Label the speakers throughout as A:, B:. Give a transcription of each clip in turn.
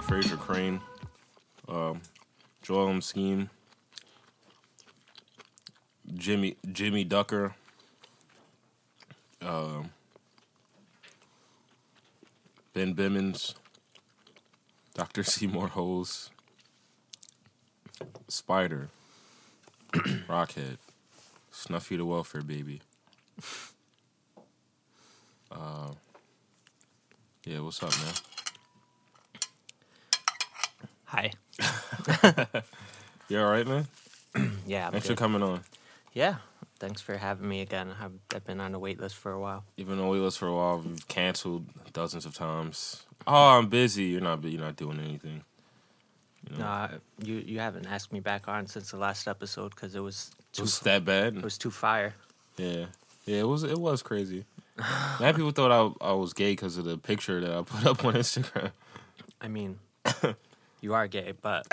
A: Crane, um, Joel Scheme, Jimmy Jimmy Ducker, um, Ben Bimmons, Doctor Seymour Holes, Spider, Rockhead, Snuffy the Welfare Baby. Uh, yeah, what's up, man?
B: Hi.
A: You all right, man?
B: Yeah. I'm
A: Thanks for
B: good.
A: coming on.
B: Yeah. Thanks for having me again. I've, I've been on the wait list for a while.
A: You've been on with us for a while. We've canceled dozens of times. Oh, I'm busy. You're not. bu- You're not doing anything. You know,
B: Uh, you you haven't asked me back on since the last episode because it was
A: it
B: too
A: was that bad.
B: it was too fire.
A: Yeah, yeah. It was. It was crazy. Mad people thought I I was gay because of the picture that I put up on Instagram.
B: I mean, you are gay, but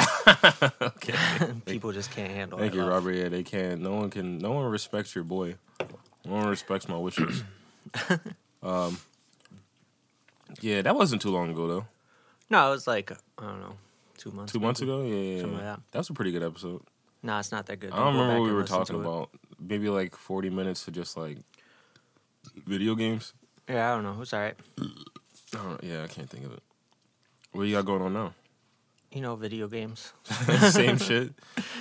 A: Okay.
B: people just can't handle
A: Thank
B: it.
A: you,
B: love.
A: Robert. Yeah, they can't. No one can. No one respects your boy. No one respects my wishes. um. Yeah, that wasn't too long ago though.
B: No, it was like I don't know, two months.
A: Two months
B: maybe?
A: ago. Yeah, yeah, yeah.
B: Something like that.
A: That was a pretty good episode.
B: No, it's not that good.
A: I
B: You
A: don't
B: can go
A: remember
B: back
A: what we
B: and
A: were
B: listen to
A: talking
B: it.
A: about. Maybe like forty minutes to just like video games.
B: Yeah, I don't know. It was all right.
A: I don't- yeah, I can't think of it. What you got going on now?
B: You know, video games.
A: same shit.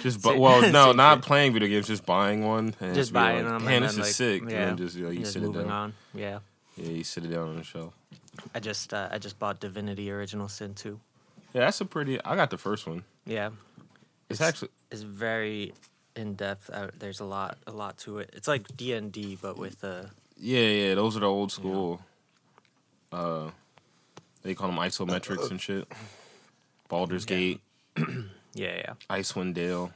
A: Just bu-
B: Same-
A: well, no,
B: same
A: not
B: shit.
A: playing video games, just buying one. And
B: Just
A: be like,
B: buying them.
A: Man,
B: and
A: this
B: then,
A: is
B: like,
A: sick.
B: Yeah.
A: and then just you, know, you
B: just
A: sit it
B: moving
A: down.
B: on. Yeah.
A: Yeah, you sit it down on the shelf.
B: I just uh, I just bought Divinity Original Sin 2.
A: Yeah, that's a pretty. I got the first one.
B: Yeah.
A: It's,
B: It's-
A: actually
B: It's very in depth. Uh, there's a lot a lot to it. It's like D and D but with uh
A: yeah, yeah. Those are the old school. Uh, they call them isometrics and shit. Baldur's
B: Yeah.
A: Gate,
B: yeah, yeah.
A: Icewind Dale,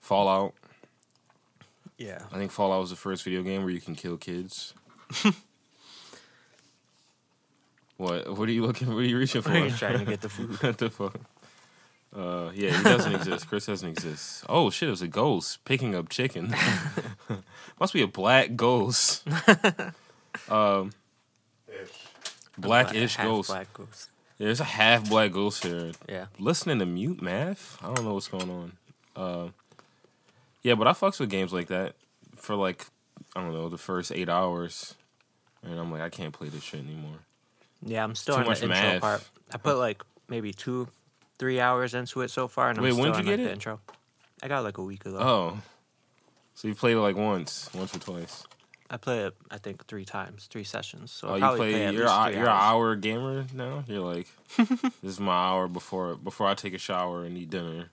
A: Fallout.
B: Yeah.
A: I think Fallout was the first video game where you can kill kids. what? What are you looking? What are you reaching for?
B: Are you trying to get the food?
A: what the fuck? Uh, yeah, he doesn't exist. Chris doesn't exist. Oh shit, it was a ghost picking up chicken. Must be a black ghost. um, blackish
B: Half
A: ghost.
B: Black ghost.
A: Yeah, there's a half black ghost here.
B: Yeah.
A: Listening to mute math. I don't know what's going on. Uh, yeah, but I fucks with games like that for like I don't know the first eight hours, and I'm like I can't play this shit anymore.
B: Yeah, I'm still
A: Too
B: on the
A: much
B: intro
A: math.
B: part. I put like maybe two, three hours into it so far and
A: Wait,
B: I'm still
A: when'd you
B: on
A: get
B: like, the
A: it?
B: intro. I got it, like a week ago.
A: Oh, so you played it like once, once or twice.
B: I play it I think three times, three sessions. So
A: Oh,
B: I
A: you
B: probably
A: play,
B: play at
A: you're
B: least
A: a,
B: three
A: you're an
B: hours.
A: hour gamer now. You're like, this is my hour before before I take a shower and eat dinner.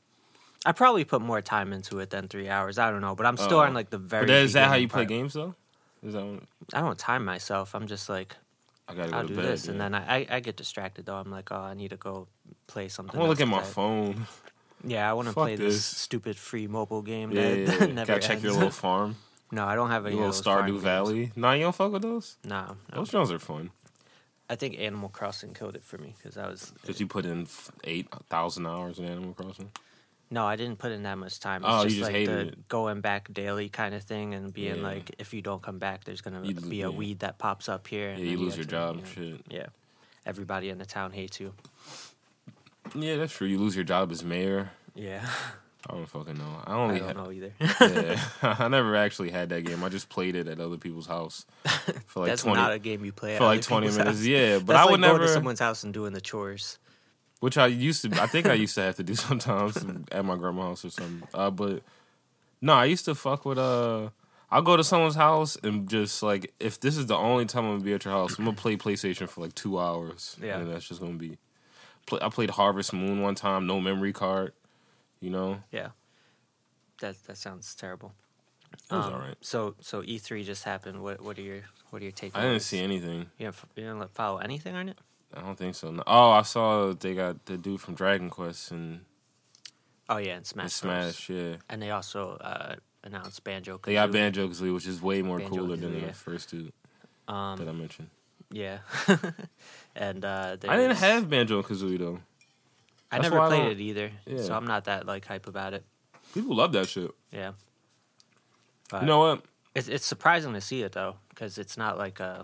B: I probably put more time into it than three hours. I don't know, but I'm
A: Oh.
B: still on like the very.
A: But that, is that how
B: beginning
A: you play
B: part.
A: games though? Is that one?
B: I don't time myself. I'm just like
A: I gotta go
B: I'll
A: to
B: do
A: bed.
B: this, and
A: yeah.
B: then I, I I get distracted though. I'm like, oh, I need to go play something.
A: I want to look at
B: else
A: my
B: today.
A: phone.
B: Yeah, I want to
A: Fuck
B: play this.
A: this.
B: stupid free mobile game
A: Yeah,
B: that
A: yeah, yeah.
B: never
A: gotta check your
B: ends.
A: little farm,
B: no, I don't have any
A: your little
B: of those farm
A: Stardew
B: games.
A: Valley. Nah, you don't fuck with those.
B: No, no.
A: Those drones are fun
B: I think Animal Crossing killed it for me because I was
A: because you put in f- eight thousand hours in Animal Crossing.
B: no, I didn't put in that much time. It's
A: Oh, you
B: just
A: just
B: like
A: hated
B: the
A: it.
B: going back daily kind of thing, and being
A: Yeah.
B: like, if you don't come back, there's gonna
A: You lo-
B: be a
A: yeah.
B: weed that pops up here. and
A: Yeah, you
B: then
A: lose your
B: have
A: job
B: to-
A: and shit.
B: Yeah, everybody in the town hates you.
A: Yeah, that's true. You lose your job as mayor.
B: Yeah,
A: I don't fucking know. I
B: I
A: only had,
B: don't know either.
A: yeah. I never actually had that game. I just played it at other people's house for like
B: That's
A: twenty
B: not a game you play at
A: for like
B: other
A: twenty
B: people's
A: minutes.
B: house.
A: Yeah, but
B: That's
A: I would
B: like going
A: never.
B: to someone's house and doing the chores.
A: Which I used to. I think I used to have to do sometimes at my grandma's house or something. Uh, but no, I used to fuck with. Uh, I'll go to someone's house and just like if this is the only time I'm gonna be at your house, I'm gonna play PlayStation for like two hours.
B: Yeah.
A: and then that's just gonna be. Play, I played Harvest Moon one time, no memory card. You know,
B: Yeah, that that sounds terrible. Um,
A: it
B: Oh.
A: was alright.
B: So so E three just happened. What what are your what are your takeaways?
A: I didn't see anything.
B: You didn't, f- you didn't like, follow anything on it.
A: I don't think so. No. Oh, I saw they got the dude from Dragon Quest and
B: Oh yeah, and Smash
A: and
B: Bros.
A: Smash. Yeah,
B: And they also uh, announced Banjo.
A: they got Banjo Kazooie, which is way more cooler
B: Banjo-Kazooie,
A: than the
B: yeah.
A: first dude
B: Um,
A: that I mentioned.
B: yeah. and uh,
A: I didn't
B: there's-
A: have Banjo Kazooie though.
B: I
A: that's
B: never
A: why I
B: played
A: don't-
B: it either,
A: Yeah.
B: so I'm not that like hype about it.
A: People love that shit.
B: Yeah. But
A: You know what?
B: it's it's surprising to see it though, because it's not like a. uh,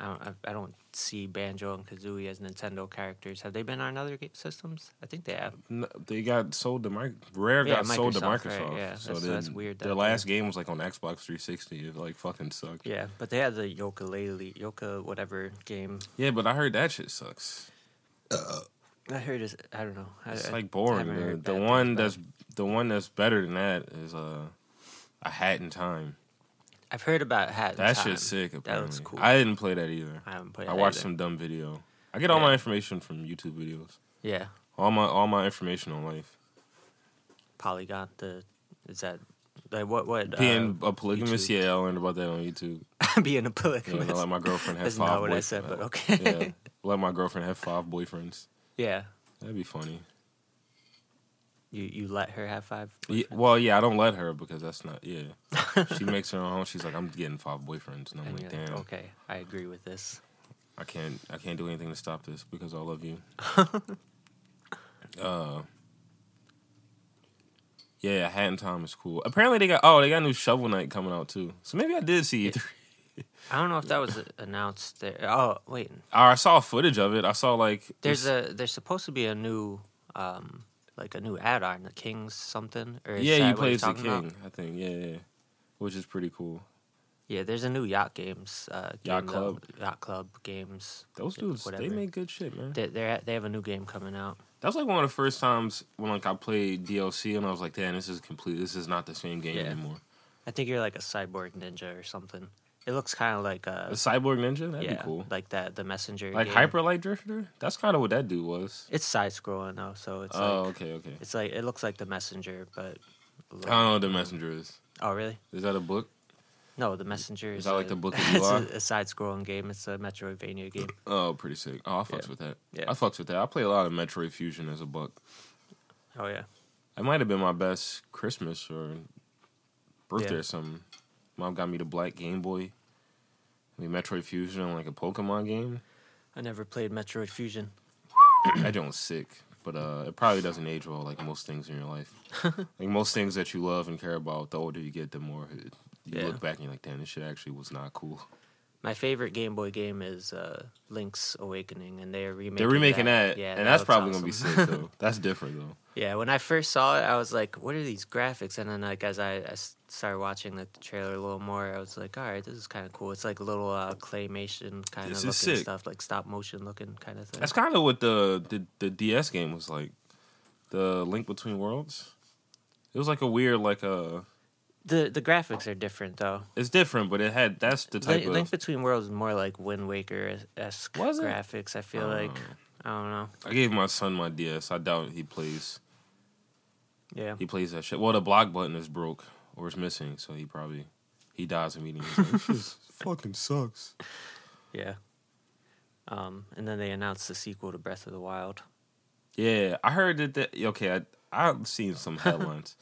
B: I don't, I- I don't see Banjo and Kazooie as Nintendo characters. Have they been on other ga- systems? I think they have.
A: No, they got sold to Mic. Rare
B: Yeah,
A: got sold to
B: Microsoft,
A: Microsoft.
B: right, yeah.
A: so
B: That's-
A: then
B: that's weird that
A: Their last game was like on Xbox 360. It like fucking sucked.
B: Yeah, but they had the ukulele, yoka whatever game.
A: Yeah, but I heard that shit sucks.
B: I heard is I don't know. I,
A: It's
B: I
A: like boring.
B: haven't
A: The,
B: heard
A: the
B: bad
A: one
B: things about
A: that's the one that's better than that is uh, a Hat in Time.
B: it. I've heard about Hat. in
A: That
B: Time.
A: shit's sick. Apparently.
B: That looks cool.
A: I didn't play that either.
B: I haven't played.
A: I
B: that
A: watched
B: either.
A: some dumb video. I get all
B: Yeah.
A: my information from YouTube videos.
B: Yeah,
A: All my all my information on life.
B: Polygon. The is that like what what uh,
A: Being a polygamist,
B: YouTube.
A: yeah, I learned about that on YouTube.
B: uh,
A: Yeah, and I
B: being a
A: let
B: polygamist.
A: my girlfriend have
B: That's
A: five.
B: not what I
A: boyfriends.
B: said, but okay.
A: yeah, let my girlfriend have five boyfriends.
B: yeah,
A: That'd be funny.
B: you you let her have five.
A: Yeah, well, yeah, I don't let her because that's not. Yeah, she makes her own. She's like, I'm getting five boyfriends, and I'm
B: And
A: like,
B: you're like,
A: damn,
B: Oh okay, I agree with this.
A: I can't, I can't do anything to stop this because I love you. uh, yeah, Hat in Time is cool. Apparently, they got oh, they got a new Shovel Knight coming out too. So maybe I did see it.
B: I don't know if that was announced there. Oh wait,
A: Or I saw footage of it. I saw like
B: there's a there's supposed to be a new um like a new add-on, the Kings something. Or is
A: yeah,
B: that
A: you
B: what you're
A: play as the
B: talking
A: king,
B: about?
A: I think. Yeah, yeah, which is pretty cool.
B: Yeah, there's a new yacht games. Uh, game
A: Yacht
B: though.
A: Club.
B: Yacht club games.
A: Those dudes, they
B: whatever.
A: make good shit, man.
B: They they're, they have a new game coming out.
A: That's like one of the first times when like I played DLC and I was like, damn, this is complete. This is not the same game
B: Yeah.
A: anymore.
B: I think you're like a cyborg ninja or something. It looks kind of like
A: A
B: uh
A: cyborg ninja, that'd
B: yeah,
A: be cool.
B: like that the messenger.
A: Like
B: game.
A: hyper light drifter, that's kind of what that dude was.
B: It's side scrolling though, so it's
A: oh,
B: like
A: okay, okay.
B: it's like it looks like the messenger, but a
A: I
B: little-
A: don't know what the messenger is.
B: oh really?
A: Is that a book?
B: No, the messenger is,
A: that
B: a,
A: like the Book of
B: It's
A: Eli?
B: a, a side scrolling game. It's a Metroidvania game.
A: Oh, pretty sick. Oh, I fucks
B: Yeah.
A: with that.
B: Yeah.
A: I fucks with that. I play a lot of Metroid Fusion as a buck.
B: Oh yeah,
A: It might have been my best Christmas or birthday
B: Yeah.
A: or something. Mom got me the black Game Boy. I mean, Metroid Fusion and like a Pokemon game.
B: I never played Metroid Fusion.
A: that joint was sick, but uh, it probably doesn't age well, like most things in your life. like most things that you love and care about, the older you get, the more it, you
B: Yeah.
A: look back and you're like, damn, this shit actually was not cool.
B: My favorite Game Boy game is uh, Link's Awakening, and they're remaking.
A: They're remaking that,
B: Yeah,
A: and that's
B: looks
A: probably
B: awesome.
A: gonna be sick though. that's different though.
B: Yeah, when I first saw it, I was like, "What are these graphics?" And then, like, as I, I s- started watching the trailer a little more, I was like, "All right, this is kind of cool." It's like a little uh, claymation kind
A: This
B: of
A: is
B: looking
A: sick.
B: stuff, like stop motion looking kind of thing.
A: That's kind of what the, the the DS game was like, the Link Between Worlds. It was like a weird, like a. Uh,
B: the the graphics are different though.
A: it's different, but it had that's the type
B: Link,
A: of.
B: Link Between Worlds is more like Wind Waker esque
A: Was it? Oh.
B: graphics. I feel like I don't know.
A: I gave my son my DS. I doubt he plays.
B: Yeah,
A: He plays that shit. Well, the block button is broke or it's missing, so he probably he dies immediately. He's like, this is fucking sucks.
B: yeah. Um, and then they announced the sequel to Breath of the Wild.
A: Yeah, I heard that. The, okay, I I've seen some headlines.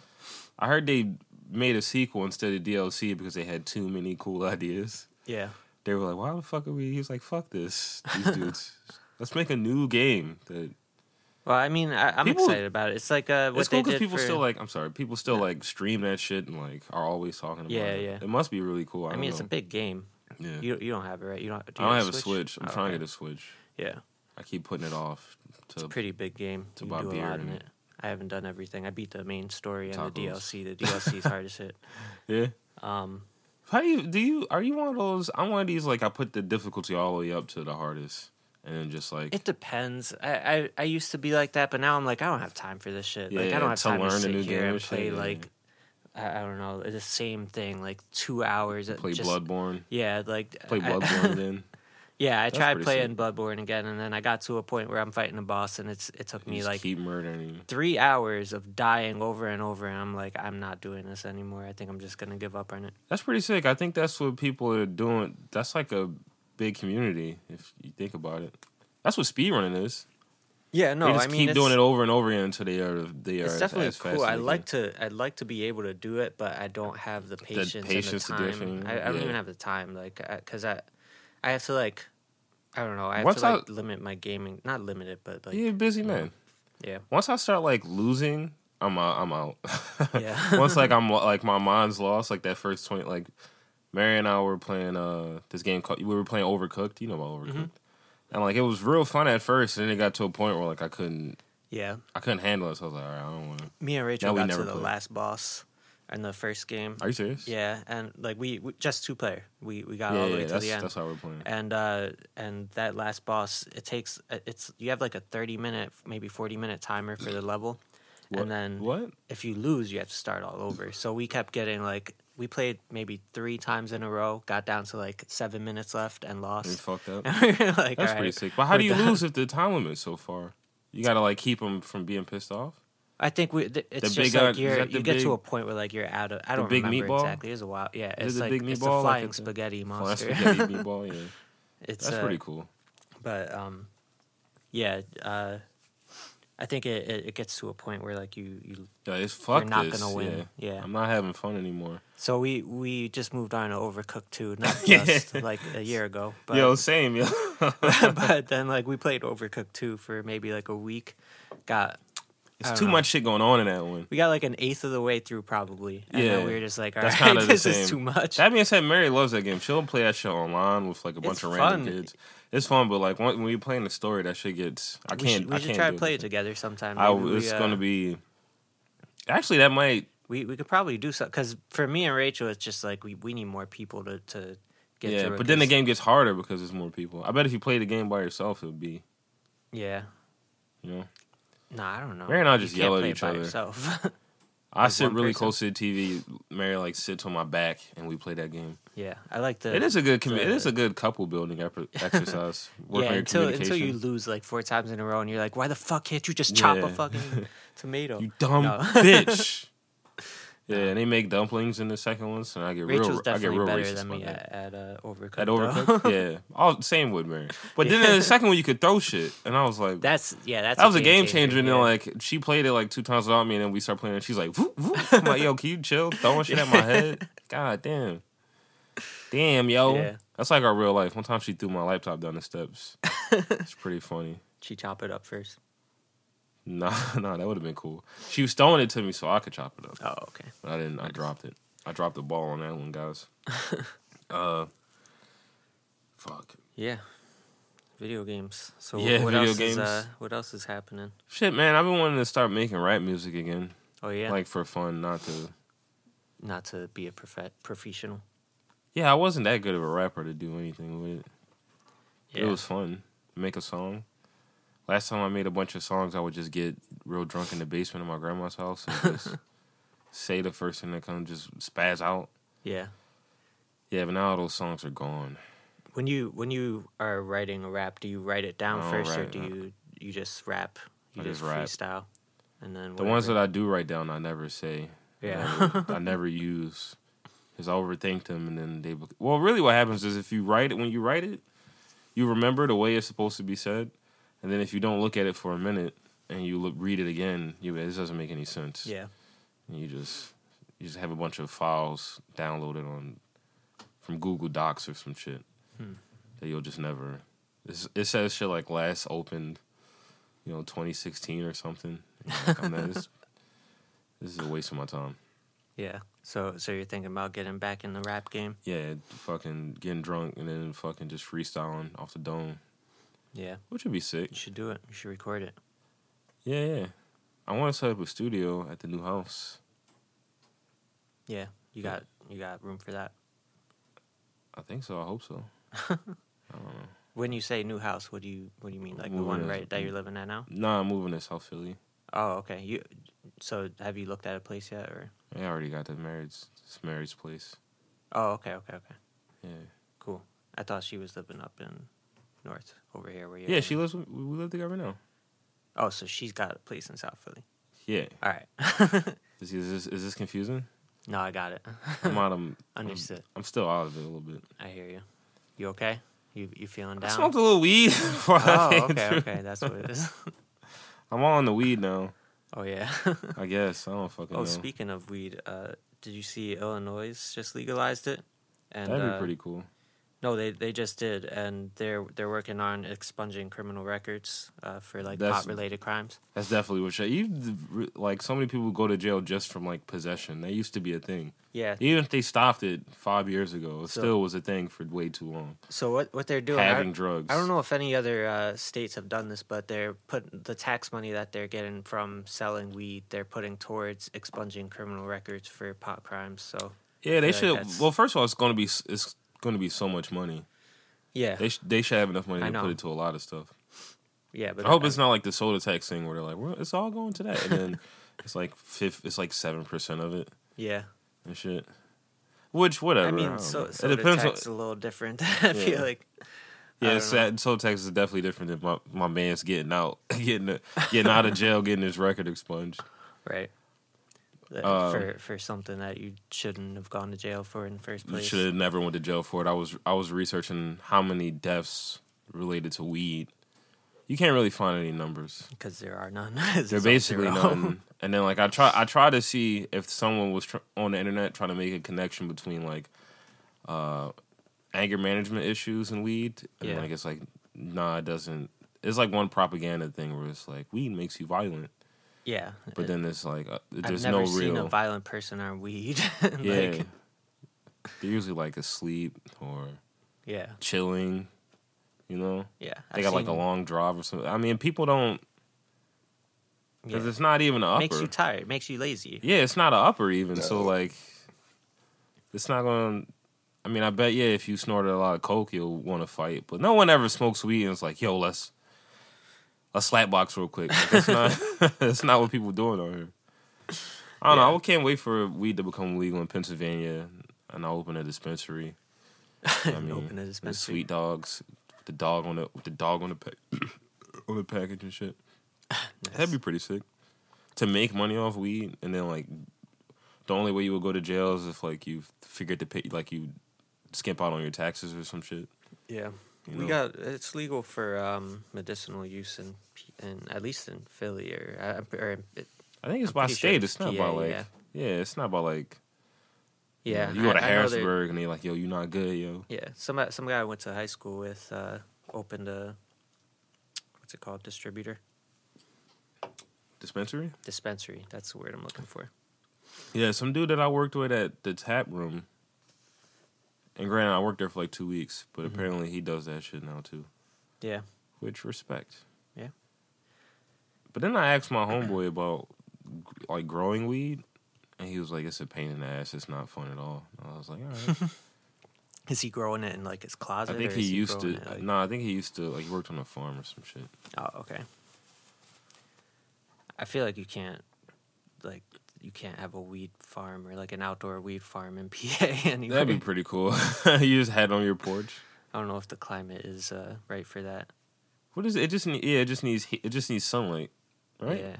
A: I heard they made a sequel instead of DLC because they had too many cool ideas.
B: Yeah,
A: They were like, "Why the fuck are we?" He was like, "Fuck this, these dudes. Let's make a new game." That
B: Well, I mean, I, I'm
A: People-
B: excited about it. It's like uh, what
A: it's
B: they
A: cool because
B: did
A: people
B: for,
A: still like. I'm sorry, people still like stream that shit and like are always talking about
B: Yeah,
A: it.
B: yeah.
A: It must be really cool. I,
B: I
A: don't
B: mean,
A: know.
B: it's a big game.
A: um, yeah.
B: You you don't have it, right? You don't. Do
A: I
B: you
A: don't have a switch. I'm
B: Oh,
A: trying to
B: okay.
A: get a switch.
B: Yeah,
A: I keep putting it off to
B: pretty big game.
A: To
B: You
A: buy
B: can do a
A: beer
B: lot in
A: and
B: it. I haven't done everything. I beat the main story and
A: Tacos.
B: the DLC. The DLC is hard as shit.
A: yeah.
B: Um,
A: How do you do you are you one of those? I'm one of these like I put the difficulty all the way up to the hardest and then just like
B: it depends. I, I I used to be like that, but now I'm like, I don't have time for this shit. like,
A: Yeah,
B: I don't have
A: to
B: time
A: learn
B: to
A: a
B: sit
A: new
B: here
A: game
B: and
A: and shit,
B: play
A: yeah.
B: like I, I don't know the same thing like two hours. at
A: play
B: just-
A: Bloodborne,
B: Yeah, like
A: play
B: I-
A: Bloodborne then.
B: Yeah, I
A: That's
B: tried
A: pretty
B: playing Bloodborne again, and then I got to a point where I'm fighting a boss, and it's it took
A: You
B: me
A: just
B: like
A: keep murdering. him.
B: three hours of dying over and over, and I'm like, I'm not doing this anymore. I think I'm just gonna give up on it.
A: That's pretty sick. I think that's what people are doing. That's like a big community if you think about it. That's what speedrunning is.
B: Yeah,
A: they just keep doing it over and over again until they are they are
B: It's
A: as,
B: definitely
A: as fast
B: cool.
A: as
B: I
A: they
B: like
A: can.
B: to. I'd like to be able to do it, but I don't have the patience,
A: patience to
B: and
A: do
B: the
A: it
B: time.
A: for
B: I,
A: you,
B: I don't
A: yeah.
B: even have the time, like, because I, I have to like, I don't know. I have
A: Once
B: to
A: I-
B: like limit my gaming. Not limit it, but like,
A: Yeah, busy man.
B: yeah,
A: Once I start like losing, I'm out. I'm out.
B: Yeah.
A: Once like I'm like my mind's lost, like that first twenty. Like Mary and I were playing uh this game called we were playing Overcooked. You know about Overcooked.
B: Mm-hmm.
A: And like it was real fun at first, and then it got to a point where like I couldn't
B: Yeah.
A: I couldn't handle it. So I was like, all right, I don't want to.
B: Me and Rachel
A: we
B: got
A: never
B: to the
A: played.
B: last boss in the first game.
A: Are you serious?
B: Yeah, and like we, we just two player. We we got
A: yeah,
B: all the
A: yeah,
B: way to
A: that's
B: the end.
A: that's how we're playing.
B: and uh and that last boss it takes it's you have like a 30 minute maybe 40 minute timer for the level
A: What-
B: and then
A: what?
B: if you lose you have to start all over so we kept getting like we played maybe three times in a row got down to like seven minutes left and
A: You
B: lost
A: fucked up.
B: and we were like
A: That's
B: all
A: pretty
B: right
A: sick. But how do
B: we're
A: you
B: done.
A: lose if the time limit's so far? You gotta like keep them from being pissed off.
B: i think we th- it's
A: big,
B: just
A: uh,
B: like
A: is
B: you're, you
A: that the
B: get
A: big-
B: to a point where like you're out of i don't
A: big
B: remember
A: meatball?
B: exactly it's a while yeah
A: Is
B: it's
A: it the
B: like
A: big
B: it's a
A: meatball, like
B: flying
A: it's a-
B: spaghetti
A: Well, that's
B: monster
A: spaghetti meatball. Yeah,
B: it's
A: that's
B: uh,
A: pretty cool.
B: but um yeah uh i think it, it, it gets to a point where like you you
A: Yeah, it's fuck
B: not
A: this.
B: gonna win.
A: Yeah.
B: Yeah.
A: I'm not having fun anymore.
B: so we we just moved on to overcooked 2 not just like a year ago but
A: yo, same. Yo,
B: but then like we played overcooked 2 for maybe like a week got
A: it's
B: don't
A: too
B: know.
A: much shit going on in that one.
B: we got like an eighth of the way through probably and
A: Yeah.
B: then we were just like all
A: That's
B: right
A: kinda the
B: this
A: same.
B: is too much
A: That being said, Mary loves that game. She'll play that shit online with like a bunch
B: It's
A: of random
B: fun.
A: kids. It's fun, but like when, when you're playing the story, that shit gets. I
B: we
A: can't.
B: should, we
A: I
B: should
A: can't
B: try
A: do
B: to play it
A: together.
B: together sometime
A: I,
B: Maybe we,
A: it's gonna
B: uh,
A: be. Actually, that might.
B: we, we could probably do something because for me and rachel it's just like we, we need more people to, to get
A: Yeah,
B: through it
A: but then the
B: 'cause-
A: game gets harder because there's more people. I bet if you play the game by yourself, it would be.
B: yeah
A: You know,
B: No, I don't know.
A: Mary and I
B: You
A: just
B: can't
A: yell at
B: play it
A: each
B: by
A: other.
B: Yourself.
A: I
B: Like
A: sit
B: one
A: really
B: person.
A: close to the TV. Mary like sits on my back, and we play that game.
B: yeah, I like the.
A: It is a good commu-
B: the-
A: it is a good couple building ep- exercise. Work
B: yeah,
A: on your
B: until until you
A: communication.
B: lose like four times in a row, and you're like, why the fuck can't you just chop a
A: Yeah.
B: fucking tomato?
A: You dumb
B: No.
A: bitch. Yeah, and they make dumplings in the second one, so I get
B: Rachel's
A: real. I get
B: definitely
A: real
B: better
A: racist
B: than me
A: about that.
B: at, at uh, overcooked.
A: At
B: though.
A: overcooked, yeah. All same with Mary, but then in the second one you could throw shit, and I was like,
B: that's yeah, that's
A: that was a game changer. And then
B: yeah.
A: like she played it like two times without me, and then we start playing. and She's like, "Voop, voop." I'm like, yo, can you chill? Throwing shit at my head. God damn, damn, yo.
B: Yeah.
A: That's like our real life. One time she threw my laptop down the steps. it's pretty funny.
B: she chop it up first.
A: Nah, nah, that would have been cool. She was throwing it to me so I could chop it up.
B: Oh, okay.
A: But I didn't. I dropped it. I dropped the ball on that one, guys. uh, fuck.
B: Yeah, video games. So
A: Yeah,
B: what
A: video
B: else
A: games.
B: is uh, what else is happening?
A: Shit, man. I've been wanting to start making rap music again,
B: Oh yeah,
A: like for fun, not to.
B: not to be a profe- professional.
A: Yeah, I wasn't that good of a rapper to do anything with it.
B: Yeah.
A: It was fun. Make a song. Last time I made a bunch of songs, I would just get real drunk in the basement of my grandma's house and just say the first thing that comes, just spaz out.
B: yeah.
A: Yeah, but now all those songs are gone.
B: When you when you are writing a rap, do you write it down
A: Oh,
B: first, or
A: right,
B: do
A: no.
B: you you just rap? You
A: I
B: just,
A: just rap.
B: freestyle, and then
A: The ones that
B: whatever-
A: I do write down, I never say.
B: yeah,
A: I never, I never use because I overthink them, and then they. bec- Well, really, what happens is if you write it when you write it, you remember the way it's supposed to be said, and then if you don't look at it for a minute and you look, read it again, you be like, this doesn't make any sense.
B: yeah,
A: and you just you just have a bunch of files downloaded on from Google Docs or some shit that you'll just never. It's, it says shit like last opened, you know, 2016 or something. And you're Like, I'm not- this, this is a waste of my time.
B: yeah. So so you're thinking about getting back in the rap game?
A: Yeah, fucking getting drunk and then fucking just freestyling off the dome,
B: Yeah,
A: which would be sick.
B: you should do it. You should record it.
A: Yeah, yeah. I want to set up a studio at the new house.
B: Yeah, you got you got room for that.
A: I think so. I hope so.
B: When you say new house, what do you what do you mean? Like the
A: Moving
B: one
A: in.
B: right that you're living at now?
A: Nah, I'm moving to South Philly.
B: Oh, okay. You so have you looked at a place yet, or?
A: I already got the marriage, this marriage place.
B: Oh, okay, okay, okay.
A: Yeah.
B: Cool. I thought she was living up in north over here where you.
A: Yeah, she lives. with- We live together now.
B: Oh, so she's got a place in South Philly.
A: Yeah.
B: All right.
A: Is, is this is this confusing?
B: No, I got it.
A: I'm out. I'm, I'm,
B: Understood.
A: I'm still out of it a little bit.
B: I hear you. You okay? You you feeling
A: I
B: down?
A: smoked a little weed. before I
B: oh,
A: came
B: okay,
A: through.
B: okay. That's what it is.
A: I'm all on the weed now.
B: Oh yeah.
A: I guess I don't fucking
B: oh,
A: know.
B: speaking of weed, uh, did you see Illinois just legalized it? And
A: That'd be
B: uh,
A: pretty cool.
B: No, they they just did, and they're they're working on expunging criminal records uh, for like
A: That's-
B: pot related crimes.
A: That's definitely what. You like so many people go to jail just from like possession. That used to be a thing.
B: Yeah.
A: Even if they stopped it five years ago, it
B: So-
A: still was a thing for way too long.
B: So what what they're doing?
A: Having
B: I,
A: drugs.
B: I don't know if any other uh, states have done this, but they're putting the tax money that they're getting from selling weed. They're putting towards expunging criminal records for pot crimes. So
A: Yeah, they
B: I feel
A: should.
B: like that's-
A: well, first of all, it's gonna be s- it's gonna be so much money.
B: yeah,
A: They sh- they should have enough money
B: I
A: to
B: know.
A: put it to a lot of stuff.
B: yeah. But
A: I hope it's not like the soda tax thing where they're like, well, it's all going to that, and then it's like fifth, it's like seven percent of it
B: Yeah,
A: and shit. Which whatever.
B: I
A: don't
B: mean, so,
A: know.
B: so
A: it depends.
B: tax is
A: on,
B: a little different. I
A: Yeah.
B: feel like
A: yeah,
B: don't know.
A: sad, soda tax is definitely different than my my man's getting out, getting the- getting out of jail, getting his record expunged.
B: right. That-
A: Um,
B: for for something that you shouldn't have gone to jail for in the first place.
A: Should have never went to jail for it. I was I was researching how many deaths related to weed. You can't really find any numbers.
B: because there are none.
A: They're basically none. And then like I try I try to see if someone was tr- on the internet trying to make a connection between like uh anger management issues and weed and
B: Yeah.
A: like it's like nah it doesn't it's like one propaganda thing where it's like weed makes you violent
B: Yeah,
A: but then it's like uh,
B: I've
A: there's
B: never
A: no
B: seen
A: real
B: a violent person on weed.
A: yeah
B: like,
A: they're usually like asleep or
B: yeah,
A: chilling you know
B: yeah.
A: they
B: I've
A: got like a
B: seen-
A: long drive or something I mean people don't because
B: yeah.
A: it's not even an upper
B: makes you tired, makes you lazy.
A: Yeah, it's not an upper even. So like, it's not going. to I mean, I bet yeah, if you snorted a lot of coke, you'll want to fight. But no one ever smokes weed and it's like, yo, let's let's slap box real quick. Like, that's not that's not what people doing out here. I don't know. I can't wait for weed to become legal in Pennsylvania, and I'll open a dispensary. I
B: And open a
A: the
B: dispensary.
A: Sweet dogs, with the dog on the with the dog on the pack on the package and shit. That'd be pretty sick. To make money off weed and then like the only way you would go to jail is if like you figured to pay like you skimp out on your taxes or some shit.
B: Yeah,
A: You
B: we
A: know?
B: got it's legal for um, medicinal use in, P- in at least in Philly or, I'm- or in- it-
A: I think it's
B: I'm
A: by
B: pretty sure
A: state.
B: it's
A: It's not
B: PA,
A: by like
B: yeah.
A: yeah. it's not by like you
B: yeah.
A: know, you go to
B: I- I know they're-
A: Harrisburg and they like, yo, you not good, yo.
B: Yeah, some uh, some guy I went to high school with uh, opened a what's it called distributor
A: Dispensary?
B: dispensary. That's the word I'm looking for.
A: Yeah, some dude that I worked with at the tap room. And granted, I worked there for like two weeks, but apparently he does that shit now too.
B: Yeah,
A: Which respect.
B: Yeah.
A: But then I asked my homeboy about gr- like growing weed, and he was like, "It's a pain in the ass. It's not fun at all." And I was like, "All right."
B: is he growing it in like his closet?
A: I think
B: or
A: he
B: is
A: used to.
B: growing it, like-
A: no, I think he used to like he worked on a farm or some shit.
B: Oh, okay. I feel like you can't, like, you can't have a weed farm or like an outdoor weed farm in PA anyway.
A: That'd be pretty cool. you just had it on your porch.
B: I don't know if the climate is uh, right for that.
A: What is it? It just ne- yeah, it just needs he- it just needs sunlight, right?
B: Yeah.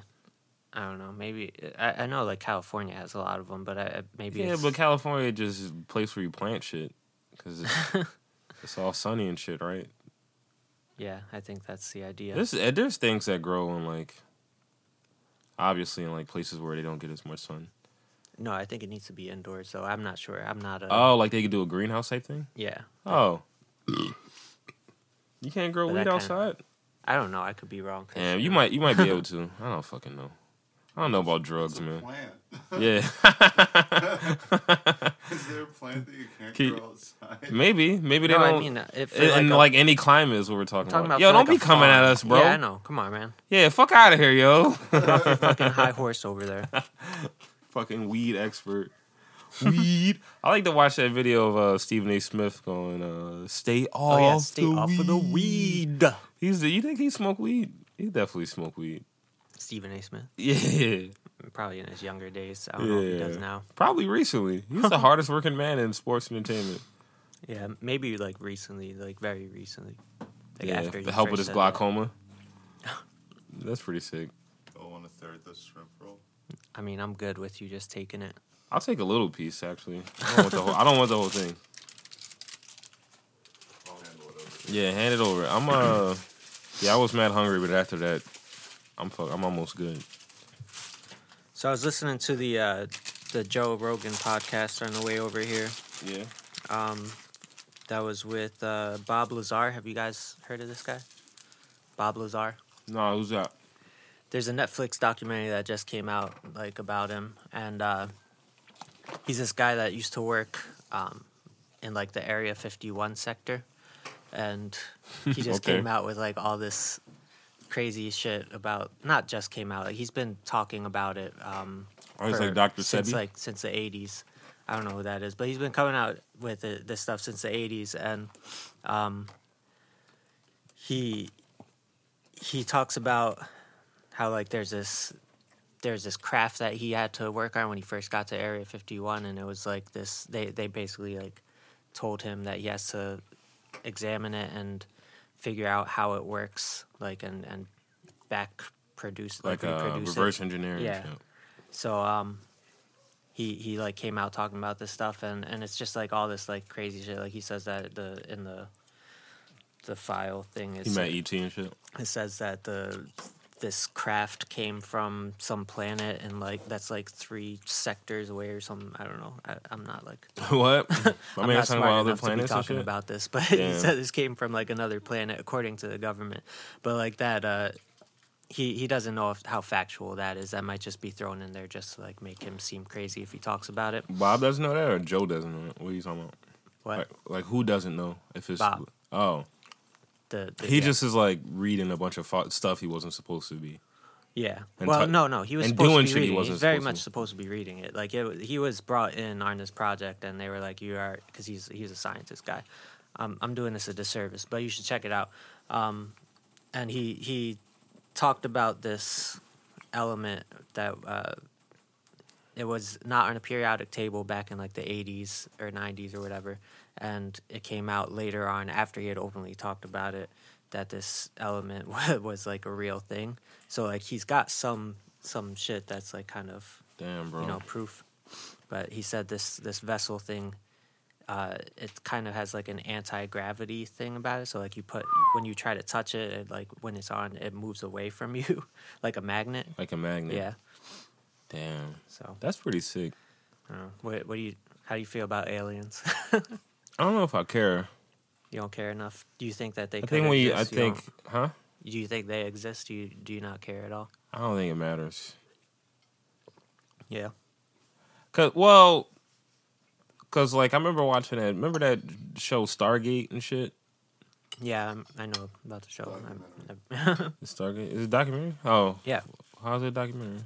B: I don't know. Maybe I, I know like California has a lot of them, but I, I- maybe
A: Yeah,
B: it's,
A: but California just is a place where you plant shit because it's, it's all sunny and shit, right?
B: yeah, I think that's the idea.
A: This uh, there's things that grow in like obviously in like places where they don't get as much sun.
B: no, I think it needs to be indoors. So I'm not sure. I'm not a
A: Oh, like they could do a greenhouse type thing.
B: Uh-huh. yeah.
A: Oh, you can't grow
B: But
A: weed
B: that kinda-
A: outside.
B: I don't know. I could be wrong. 'cause,
A: Damn, you might you might be able to. I don't fucking know. I don't know about drugs, man.
C: Plant.
A: Yeah,
C: Is there a plant that you can't
A: Can you-
C: grow outside?
A: maybe maybe they
B: No,
A: don't.
B: I mean, uh, if
A: in, in,
B: a-
A: like any climate is what we're talking,
B: talking
A: about.
B: about
A: Yo,
B: for,
A: don't
B: like, a
A: be coming at
B: farm.
A: us, bro.
B: Yeah, I know. Come on, man.
A: Yeah, fuck out of here, yo.
B: Fucking high horse over there.
A: fucking weed expert. Weed. I like to watch that video of uh, Stephen A. Smith going, uh, "Stay
B: Oh
A: off,
B: yeah, stay
A: the
B: off
A: weed.
B: of the weed.
A: He's. You think he smoked weed? He definitely smoked weed.
B: Stephen A. Smith,
A: Yeah,
B: probably in his younger days. I don't know if he does
A: Yeah.
B: now.
A: probably recently. He's the hardest working man in sports entertainment.
B: Yeah, maybe like recently, like very recently. Like
A: yeah,
B: after
A: the
B: he
A: help
B: first
A: with his
B: said
A: glaucoma. That's pretty sick.
C: I want a third of the shrimp roll.
B: that. I mean, I'm good with you just taking it.
A: I'll take a little piece actually. I don't want the whole, I don't want the whole thing.
C: I'll handle it over.
A: Yeah, hand it over. I'm uh, yeah, I was mad hungry, but after that, I'm fuck, I'm almost good.
B: So I was listening to the uh, the Joe Rogan podcast on the way over here.
A: Yeah.
B: Um, that was with uh, Bob Lazar. Have you guys heard of this guy? Bob Lazar.
A: No, who's that?
B: There's a Netflix documentary that just came out like about him, and uh, he's this guy that used to work um, in like the Area 51 sector, and he just
A: Okay.
B: came out with like all this crazy shit about not just came out like he's been talking about it um,
A: Oh, he's
B: for-
A: like Dr.
B: since
A: Sebi?
B: like since the '80s. I don't know who that is, but he's been coming out with it, this stuff since the '80s, and um, he he talks about how like there's this there's this craft that he had to work on when he first got to Area 51, and it was like this. They they basically like told him that he has to examine it and figure out how it works, like and and back produce
A: Like
B: like,
A: uh,
B: reproduce it.
A: reverse engineering.
B: Yeah.
A: shit.
B: So um he he like came out talking about this stuff and and it's just like all this like crazy shit like he says that the in the the file thing
A: He
B: is
A: met ET and shit.
B: it says that the this craft came from some planet and like that's like three sectors away or something I don't know I, I'm not like
A: what? My
B: I'm
A: man's
B: not
A: talking
B: smart
A: about other
B: enough to be
A: planets and
B: talking
A: shit.
B: about this, but
A: Yeah.
B: he said this came from like another planet, according to the government. But like that, uh, he he doesn't know if, how factual that is. That might just be thrown in there just to like make him seem crazy if he talks about it.
A: Bob doesn't know that, or Joe doesn't know. It? What are you talking about?
B: What
A: Like, like who doesn't know if it's
B: Bob.
A: oh
B: the, the
A: he
B: yeah.
A: just is like reading a bunch of fo- stuff he wasn't supposed to be.
B: yeah.
A: and
B: Well,
A: t-
B: no, no, he was
A: and
B: supposed
A: doing
B: to
A: shit
B: be
A: he
B: reading.
A: wasn't
B: He's very
A: supposed
B: much
A: to.
B: supposed to be reading it. Like it, wa- he was brought in on this project, and they were like, "You are," because he's he's a scientist guy. Um, I'm doing this a disservice, but you should check it out. Um, and he he talked about this element that uh, it was not on a periodic table back in like the 80s or 90s or whatever and it came out later on after he had openly talked about it that this element wa- was like a real thing so like he's got some some shit that's like kind of
A: Damn, bro.
B: you know proof but he said this this vessel thing uh, it kind of has like an anti-gravity thing about it so like you put when you try to touch it, it like when it's on it moves away from you like a magnet
A: like a magnet.
B: yeah
A: Damn,
B: so
A: that's pretty sick.
B: I don't know. Oh. What, what do you? How do you feel about aliens?
A: I don't know if I care.
B: you don't care enough. Do you think that they?
A: I
B: could
A: think when you, I
B: exist? You don't-
A: think, huh?
B: do you think they exist? Do you do you not care at all?
A: I don't think it matters.
B: Yeah.
A: Cause well, cause like I remember watching that. Remember that show Stargate and shit.
B: Yeah, I'm, I know about the show. I'm, I'm-
A: Is Stargate is it a documentary? Oh,
B: yeah,
A: how's it a documentary?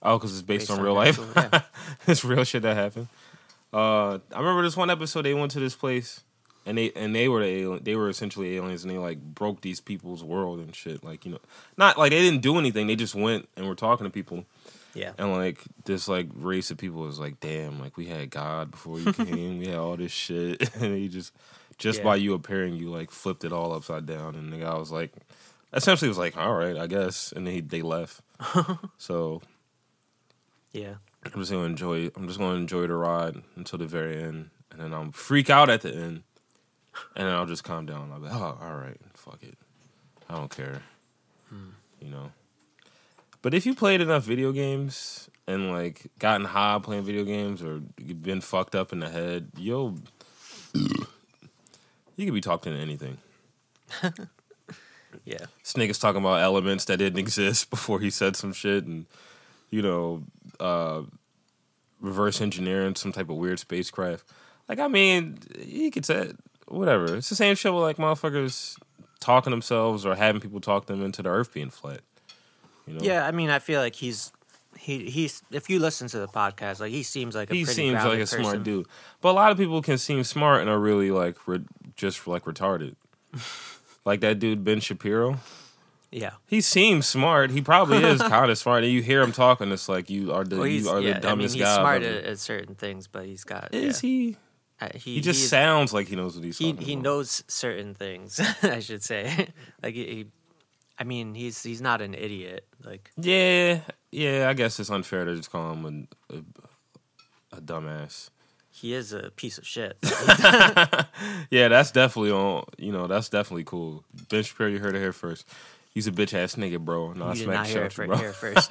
A: Oh, because it's based,
B: Based
A: on,
B: on
A: real life.
B: actual- yeah.
A: it's real shit that happened. Uh, I remember this one episode they went to this place and they and they were the alien, they were essentially aliens and they like broke these people's world and shit. Like you know, not like they didn't do anything. They just went and were talking to people
B: yeah.
A: and like this like race of people was like, damn, like we had God before you came. we had all this shit, and he just just
B: Yeah.
A: by you appearing, you like flipped it all upside down. And the guy was like, essentially was like, all right, I guess. And then he, they left. so
B: Yeah.
A: I'm just gonna enjoy. I'm just gonna enjoy the ride until the very end, and then I'll freak out at the end, and then I'll just calm down. I'll be, oh, all right, fuck it, I don't care, you know. But if you played enough video games and like gotten high playing video games, or you've been fucked up in the head, you'll you could be talking to anything.
B: Yeah.
A: This nigga's talking about elements that didn't exist before he said some shit and, you know, uh, reverse engineering some type of weird spacecraft. Like, I mean, he could say whatever. It's the same shit with like motherfuckers talking themselves or having people talk them into the earth being flat. You know?
B: Yeah. I mean, I feel like he's he he's. If you listen to the podcast, like he seems like a
A: He
B: pretty
A: seems like a
B: grounded person.
A: smart dude. But a lot of people can seem smart and are really like re- just like retarded. like that dude, Ben Shapiro.
B: Yeah.
A: He seems smart. He probably is kind of smart. And you hear him talking, it's like you are the
B: Well, he's
A: you are
B: yeah,
A: the dumbest
B: I mean, he's
A: guy. I've
B: smart
A: ever-
B: at, at certain things, but he's got.
A: is
B: yeah.
A: he?
B: I- he?
A: He just
B: he's-
A: sounds like he knows what he's
B: he
A: talking
B: he
A: about.
B: knows certain things. I should say, like he, he, I mean, he's he's not an idiot. Like
A: Yeah, yeah. I guess it's unfair to just call him a a, a dumbass.
B: he is a piece of shit.
A: Yeah, that's definitely on. You know, that's definitely cool. Ben Shapiro, you heard it here first. He's a bitch ass nigga, bro. No, I
B: you did
A: smack
B: not hear
A: shit
B: it for,
A: bro.
B: here first.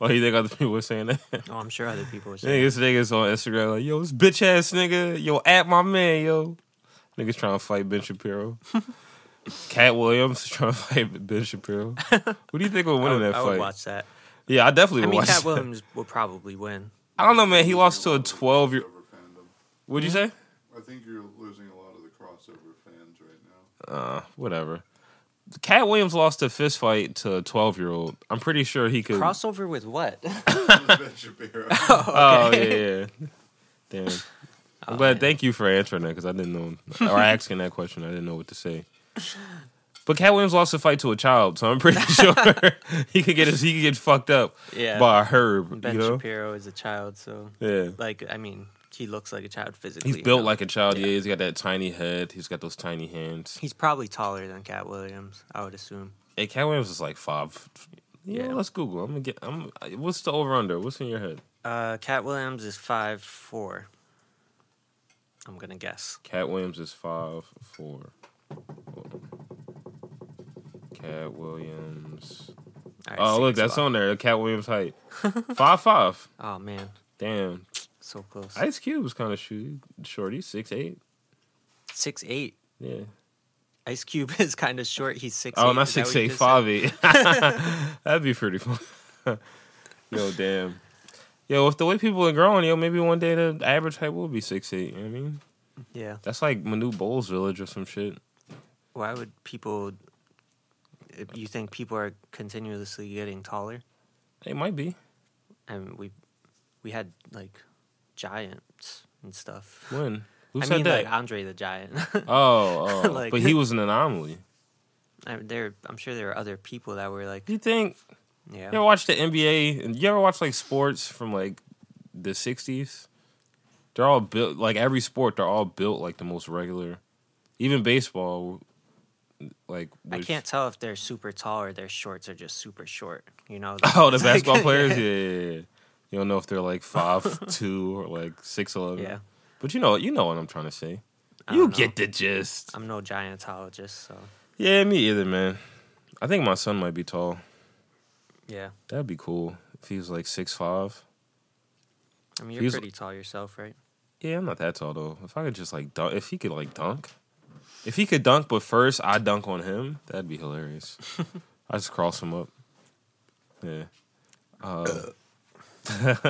A: oh, you think other people were saying that?
B: oh, I'm sure other people were
A: Niggas,
B: saying.
A: niggas on Instagram like, yo, this bitch ass nigga, yo, at my man, yo. Niggas trying to fight Ben Shapiro. Cat Williams trying to fight Ben Shapiro. What do you think would win
B: I
A: in
B: would,
A: that
B: I would
A: fight?
B: watch that.
A: Yeah, I definitely
B: I
A: would
B: mean,
A: watch.
B: Cat
A: that.
B: Williams will probably win.
A: I don't know, man. He lost to a twelve-year.
C: Crossover fandom.
A: What'd you
B: Mm-hmm.
A: say?
C: I think you're losing a lot of the crossover fans right now.
A: Uh, whatever. Cat Williams lost a fist fight to a twelve-year-old. I'm pretty sure he could.
B: Crossover with what?
C: ben Shapiro.
A: Oh yeah, yeah. yeah. Damn. I'm
B: Oh,
A: glad.
B: man.
A: Thank you for answering that because I didn't know or asking that question. I didn't know what to say. But Cat Williams lost a fight to a child, so I'm pretty sure he could get his, he could get fucked up
B: Yeah.
A: by a herb.
B: ben
A: you know?
B: Shapiro is a child, so
A: Yeah.
B: like I mean, he looks like a child physically.
A: He's built like a child. Yeah. he's got that tiny head. He's got those tiny hands.
B: He's probably taller than Cat Williams, I would assume.
A: Hey, Cat Williams is like five. Yeah,
B: Yeah.
A: let's Google. I'm gonna get. I'm. What's the over under? What's in your head?
B: Uh, Cat Williams is five four. I'm gonna guess.
A: Cat Williams is five four. Cat Williams.
B: All right,
A: Oh
B: six
A: look, that's
B: o'clock.
A: on there. Cat Williams height. five five.
B: Oh man,
A: Damn.
B: so close.
A: Ice Cube was kind of shooty, shorty, six eight.
B: Six eight.
A: Yeah.
B: Ice Cube is kind of short. He's six.
A: Oh,
B: eight.
A: not
B: Is that what
A: six
B: you
A: eight,
B: just
A: five eight. That'd be pretty fun. yo, damn. Yo, if the way people are growing, yo, maybe one day the average height will be six eight. You know what I mean?
B: said? Yeah.
A: That's like Manu Bowles Village or some shit.
B: Why would people? if You think people are continuously getting taller?
A: It might be.
B: And we, we had like giants and stuff.
A: When? Who
B: I
A: said
B: mean,
A: that?
B: like Andre the Giant.
A: oh, oh.
B: Like-
A: but he was an anomaly.
B: I, there, I'm sure there were other people that were like,
A: You think
B: yeah,
A: You ever watch the NBA? And you ever watch like sports from like the '60s? They're all built like every sport. They're all built like the most regular. Even baseball, like
B: I
A: which-
B: can't tell if they're super tall or their shorts are just super short. You know?
A: Oh, the
B: It's
A: basketball
B: like-
A: players. Yeah. yeah, yeah. you don't know if they're like five two or like six eleven.
B: Yeah.
A: but you know, you know what I'm trying to say.
B: I
A: You
B: don't know. Um,
A: get the gist.
B: I'm no giantologist, so
A: Yeah, me either, man. I think my son might be tall.
B: yeah.
A: That'd be cool if he was like six five.
B: I mean, you're
A: He's-
B: pretty tall yourself, right?
A: Yeah, I'm not that tall though. If I could just like dunk, if he could like dunk, if he could dunk, but first I dunk on him, that'd be hilarious. I just cross him up. Yeah. Uh,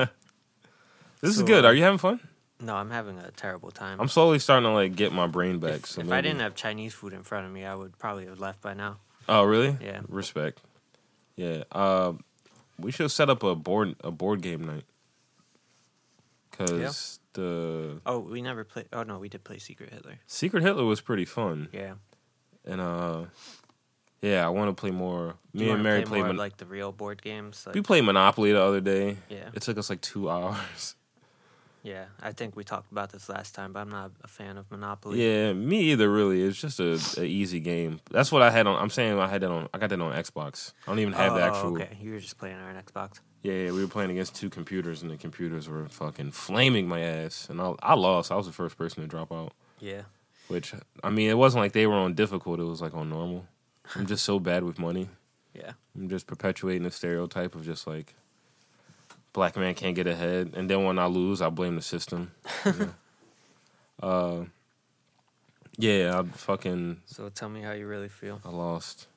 A: this is
B: So,
A: good.
B: uh,
A: Are you having fun?
B: No, I'm having a terrible time.
A: I'm slowly starting to like get my brain back.
B: if,
A: so
B: if
A: maybe-
B: I didn't have Chinese food in front of me, I would probably have left by now.
A: Oh, really?
B: Yeah.
A: Respect. Yeah. Uh, we should set up a board a board game night. Cause the
B: Oh, we never played. Oh no, we did play Secret Hitler.
A: Secret Hitler was pretty fun.
B: Yeah,
A: and uh yeah i want to play more me
B: You
A: and
B: wanna
A: mary
B: play
A: played
B: more of,
A: Mon-
B: like the real board games. Like,
A: we played monopoly the other day
B: Yeah.
A: it took us like two hours
B: yeah, I think we talked about this last time, but I'm not a fan of Monopoly.
A: yeah me either really it's just a, a easy game that's what i had on i'm saying i had that on i got that on xbox i don't even have the
B: Oh,
A: actual
B: Okay, you were just playing on Xbox.
A: yeah, yeah we were playing against two computers and the computers were fucking flaming my ass and i, I lost i was the first person to drop out
B: Yeah,
A: which i mean it wasn't like they were on difficult it was like on normal i'm just so bad with money
B: yeah.
A: I'm just perpetuating the stereotype of just like black man can't get ahead, and then when I lose, I blame the system. you know? uh, yeah, I fucking
B: So tell me how you really feel.
A: I lost.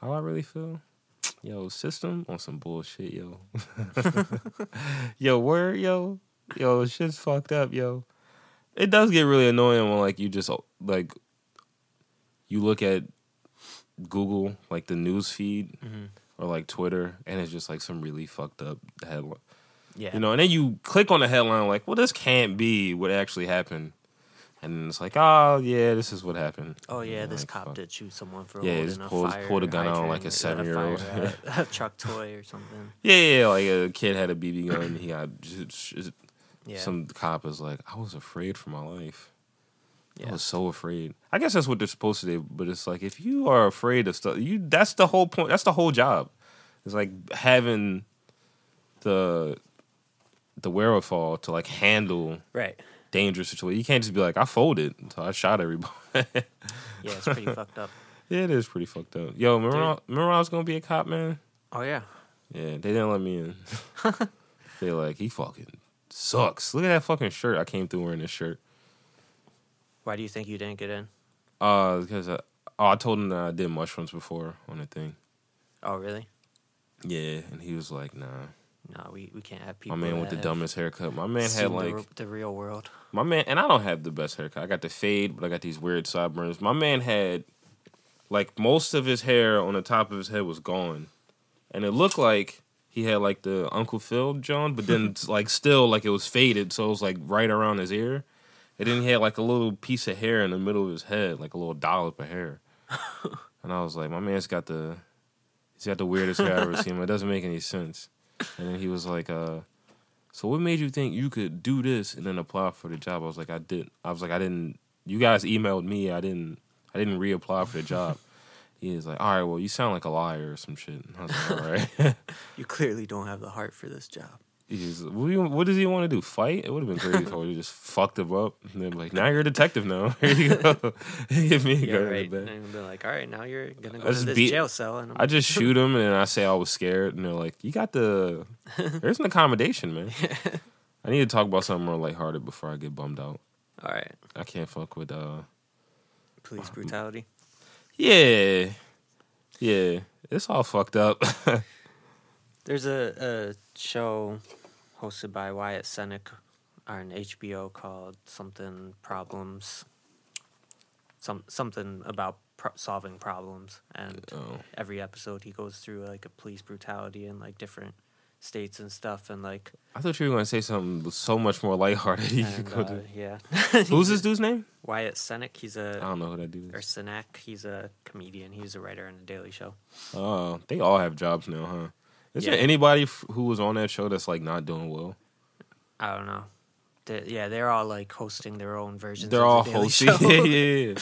A: How I really feel? Yo, system on some bullshit, yo. yo, word, yo, yo, shit's fucked up, yo. It does get really annoying when like you just like you look at Google like the news feed
B: hmm
A: or like Twitter, and it's just like some really fucked up headline,
B: Yeah,
A: you know. And then you click on the headline, like, well, this can't be what actually happened, and then it's like, oh yeah, this is what happened.
B: Oh yeah,
A: And
B: this
A: like,
B: cop
A: fuck.
B: did shoot someone for
A: Yeah,
B: holding
A: he's
B: a
A: pulled-
B: fire
A: pulled a gun out on, like, a
B: hydrant or a
A: seven-year-old.
B: fire at a truck toy or something.
A: Yeah, yeah, yeah, like a kid had a BB gun, and he got just- just-
B: Yeah,
A: some cop is like, I was afraid for my life. I
B: Yeah.
A: was so afraid. I guess that's what they're supposed to do, but it's like if you are afraid of stuff, you that's the whole point. That's the whole job. It's like having the the wherewithal to like handle
B: right.
A: dangerous situation. You can't just be like, I folded, so I shot everybody. yeah,
B: Yeah, it's pretty fucked up.
A: it is pretty fucked up. Yo, remember,
B: Dude.
A: I, remember I was gonna be a cop, man?
B: Oh yeah,
A: Yeah, they didn't let me in. they like, he fucking sucks. Look at that fucking shirt. I came through wearing this shirt.
B: Why do you think you didn't get in?
A: Uh, because I, oh, I told him that I did mushrooms before on the thing.
B: Oh, really?
A: Yeah, and he was like, "Nah."
B: No, we, we can't have
A: My
B: people.
A: man
B: that
A: with the
B: have
A: dumbest haircut. My man
B: seen
A: had
B: the
A: like
B: r- the real world.
A: my man, and I don't have the best haircut. I got the fade, but I got these weird sideburns. My man had like most of his hair on the top of his head was gone, and it looked like he had like the Uncle Phil John, but then like still like it was faded, so it was like right around his ear. And then he had like a little piece of hair in the middle of his head, like a little dollop of hair. and I was like, my man's got the he's got the weirdest hair I've ever seen. It doesn't make any sense. And then he was like, uh, so what made you think you could do this and then apply for the job? I was like, I did. I was like, I didn't. You guys emailed me. I didn't. I didn't reapply for the job. he was like, all right, well, you sound like a liar or some shit. And I was like, all right.
B: You clearly don't have the heart for this job.
A: He's like, what, do you, what does he want to do? Fight? It would have been crazy if I would have just fucked him up. And then be like, now you're a detective now. Here you go. Give me a gun
B: Yeah,
A: in the
B: right.
A: back.
B: And I'd be like, all right, now you're gonna go
A: I
B: to
A: just
B: this
A: beat-
B: jail cell, and I'm
A: I just shoot him and I say I was scared, and they're like, "You got the there's an accommodation, man." I need to talk about something more lighthearted before I get bummed out.
B: all right.
A: I can't fuck with uh,
B: Police
A: Um,
B: brutality.
A: yeah, yeah. It's all fucked up.
B: There's a, a show hosted by Wyatt Cenac on HBO called something problems, some something about pro- solving problems, and
A: oh,
B: every episode he goes through like a police brutality in like different states and stuff, and like
A: I thought you were gonna say something so much more lighthearted. You
B: and,
A: go
B: uh,
A: to-
B: yeah,
A: Who's this Um, dude's name?
B: Wyatt Cenac. He's
A: I
B: a
A: don't know who that dude
B: or
A: is.
B: Cenac. He's a comedian. He's a writer on the Daily Show.
A: Oh, they all have jobs now, huh? Is
B: Yeah.
A: there anybody f- who was on that show that's like not doing well?
B: I don't know. They- yeah, they're all like hosting their own versions.
A: They're
B: of
A: all
B: the Daily
A: hosting.
B: Show.
A: yeah, yeah, yeah.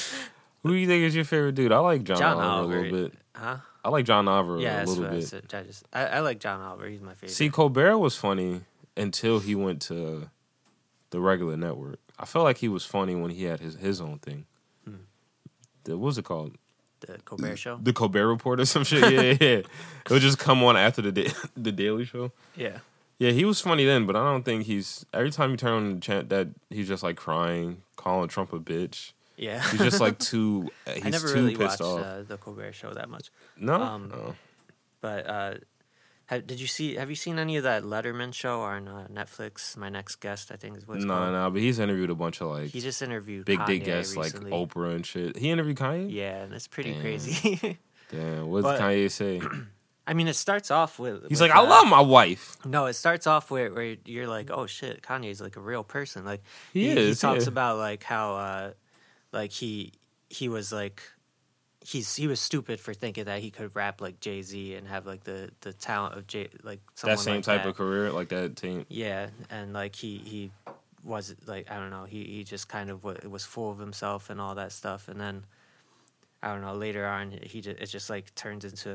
A: Who do you think is your favorite dude? I like John,
B: John
A: Oliver a little
B: Oliver.
A: bit.
B: Huh?
A: I like John Oliver
B: Yeah,
A: a
B: that's
A: little
B: what I
A: bit.
B: said. I just I, I like John Oliver. He's my favorite.
A: See, Colbert was funny until he went to the regular network. I felt like he was funny when he had his, his own thing.
B: Hmm.
A: The, what was it called?
B: the Colbert Show.
A: The Colbert Report or some shit. Yeah, yeah, yeah. It would just come on after the da- the Daily Show.
B: Yeah,
A: Yeah, he was funny then, but I don't think he's. Every time you turn on the channel, that he's just like crying, calling Trump a bitch.
B: yeah.
A: He's just like too. uh, He's
B: I never
A: too
B: really
A: pissed
B: watched
A: off.
B: uh, the Colbert Show that much,
A: No,
B: um,
A: no.
B: but uh, have, did you see? Have you seen any of that Letterman show on uh, Netflix? My next guest, I think, is
A: no,
B: what's
A: no,
B: called.
A: no. But he's interviewed a bunch of like
B: He just interviewed
A: big dick
B: Kanye
A: guests, like
B: recently.
A: Oprah and shit. He interviewed Kanye.
B: Yeah, and it's pretty
A: Damn.
B: crazy.
A: Damn, what did
B: But-
A: Kanye say?
B: I mean, it starts off with
A: He's
B: with,
A: like, I
B: uh,
A: love my wife.
B: No, it starts off where, where you're like, oh shit, Kanye's like a real person. Like
A: He is,
B: talks
A: yeah.
B: about like how uh, like he he was like he's he was stupid for thinking that he could rap like Jay Z and have like the the talent of Jay like someone
A: That same
B: like
A: type
B: that.
A: of career, like that team.
B: yeah, and like he he was like I don't know he he just kind of wa was full of himself and all that stuff, and then. I don't know. Later on, he just, it just like turns into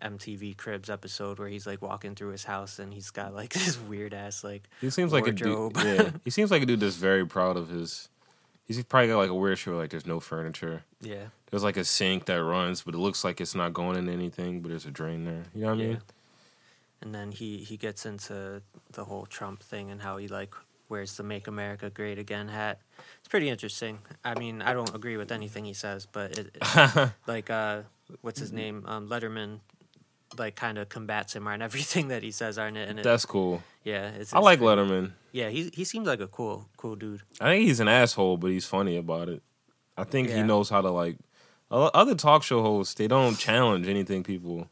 B: an MTV Cribs episode where he's like walking through his house and he's got like this weird ass like
A: He seems like
B: Wardrobe.
A: a dude. Yeah, he seems like a dude that's very proud of his. He's probably got like a weird show. Like there's no furniture.
B: yeah
A: There's like a sink that runs, but it looks like it's not going into anything. But there's a drain there. You know what I mean?
B: yeah. And then he he gets into the whole Trump thing and how he like wears the "Make America Great Again" hat. It's pretty interesting. I mean, I don't agree with anything he says, but it, it- like uh, what's his name, um, Letterman, like kind of combats him on everything that he says on it. And it,
A: That's cool.
B: yeah, it's,
A: I
B: it's
A: like
B: pretty-
A: Letterman.
B: Yeah, he he seems like a cool cool dude.
A: I think he's an asshole, but he's funny about it. I think he
B: Yeah.
A: knows how to like. o- Other talk show hosts, they don't challenge anything people.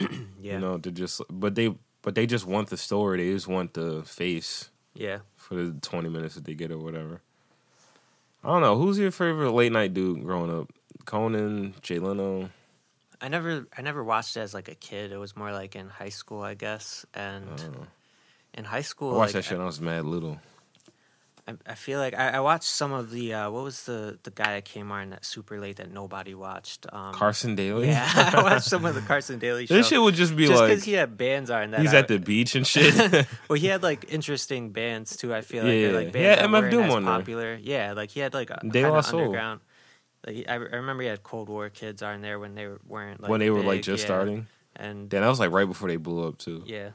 B: Yeah,
A: You know, they just but they but they just want the story. They just want the face
B: yeah.
A: for the twenty minutes that they get or whatever. I don't know. Who's your favorite late night dude growing up? Conan, Jay Leno.
B: I never I never watched it as like a kid. It was more like in high school, I guess. And in high
A: Oh. I
B: school,
A: watched that
B: like,
A: shit. When I was mad little.
B: I, I feel like I, I watched some of the uh, what was the the guy that came on that super late that nobody watched. Um,
A: Carson Daly.
B: Yeah, I watched some of the Carson Daly show.
A: this shit would just be
B: just
A: like
B: because he had bands on that.
A: he's
B: I-
A: at the beach and shit.
B: well, he had like interesting bands too. I feel like
A: Yeah,
B: they're like
A: he had
B: bands that
A: MF
B: weren't
A: Doom
B: as
A: on there.
B: popular. Yeah, like he had like a
A: De
B: kind
A: La
B: of
A: Soul.
B: underground. Like, he- I, I remember he had Cold War kids on there when they were- weren't like
A: when they were like
B: big,
A: just
B: yeah.
A: starting.
B: and
A: Damn, that was like right before they blew up too.
B: yeah.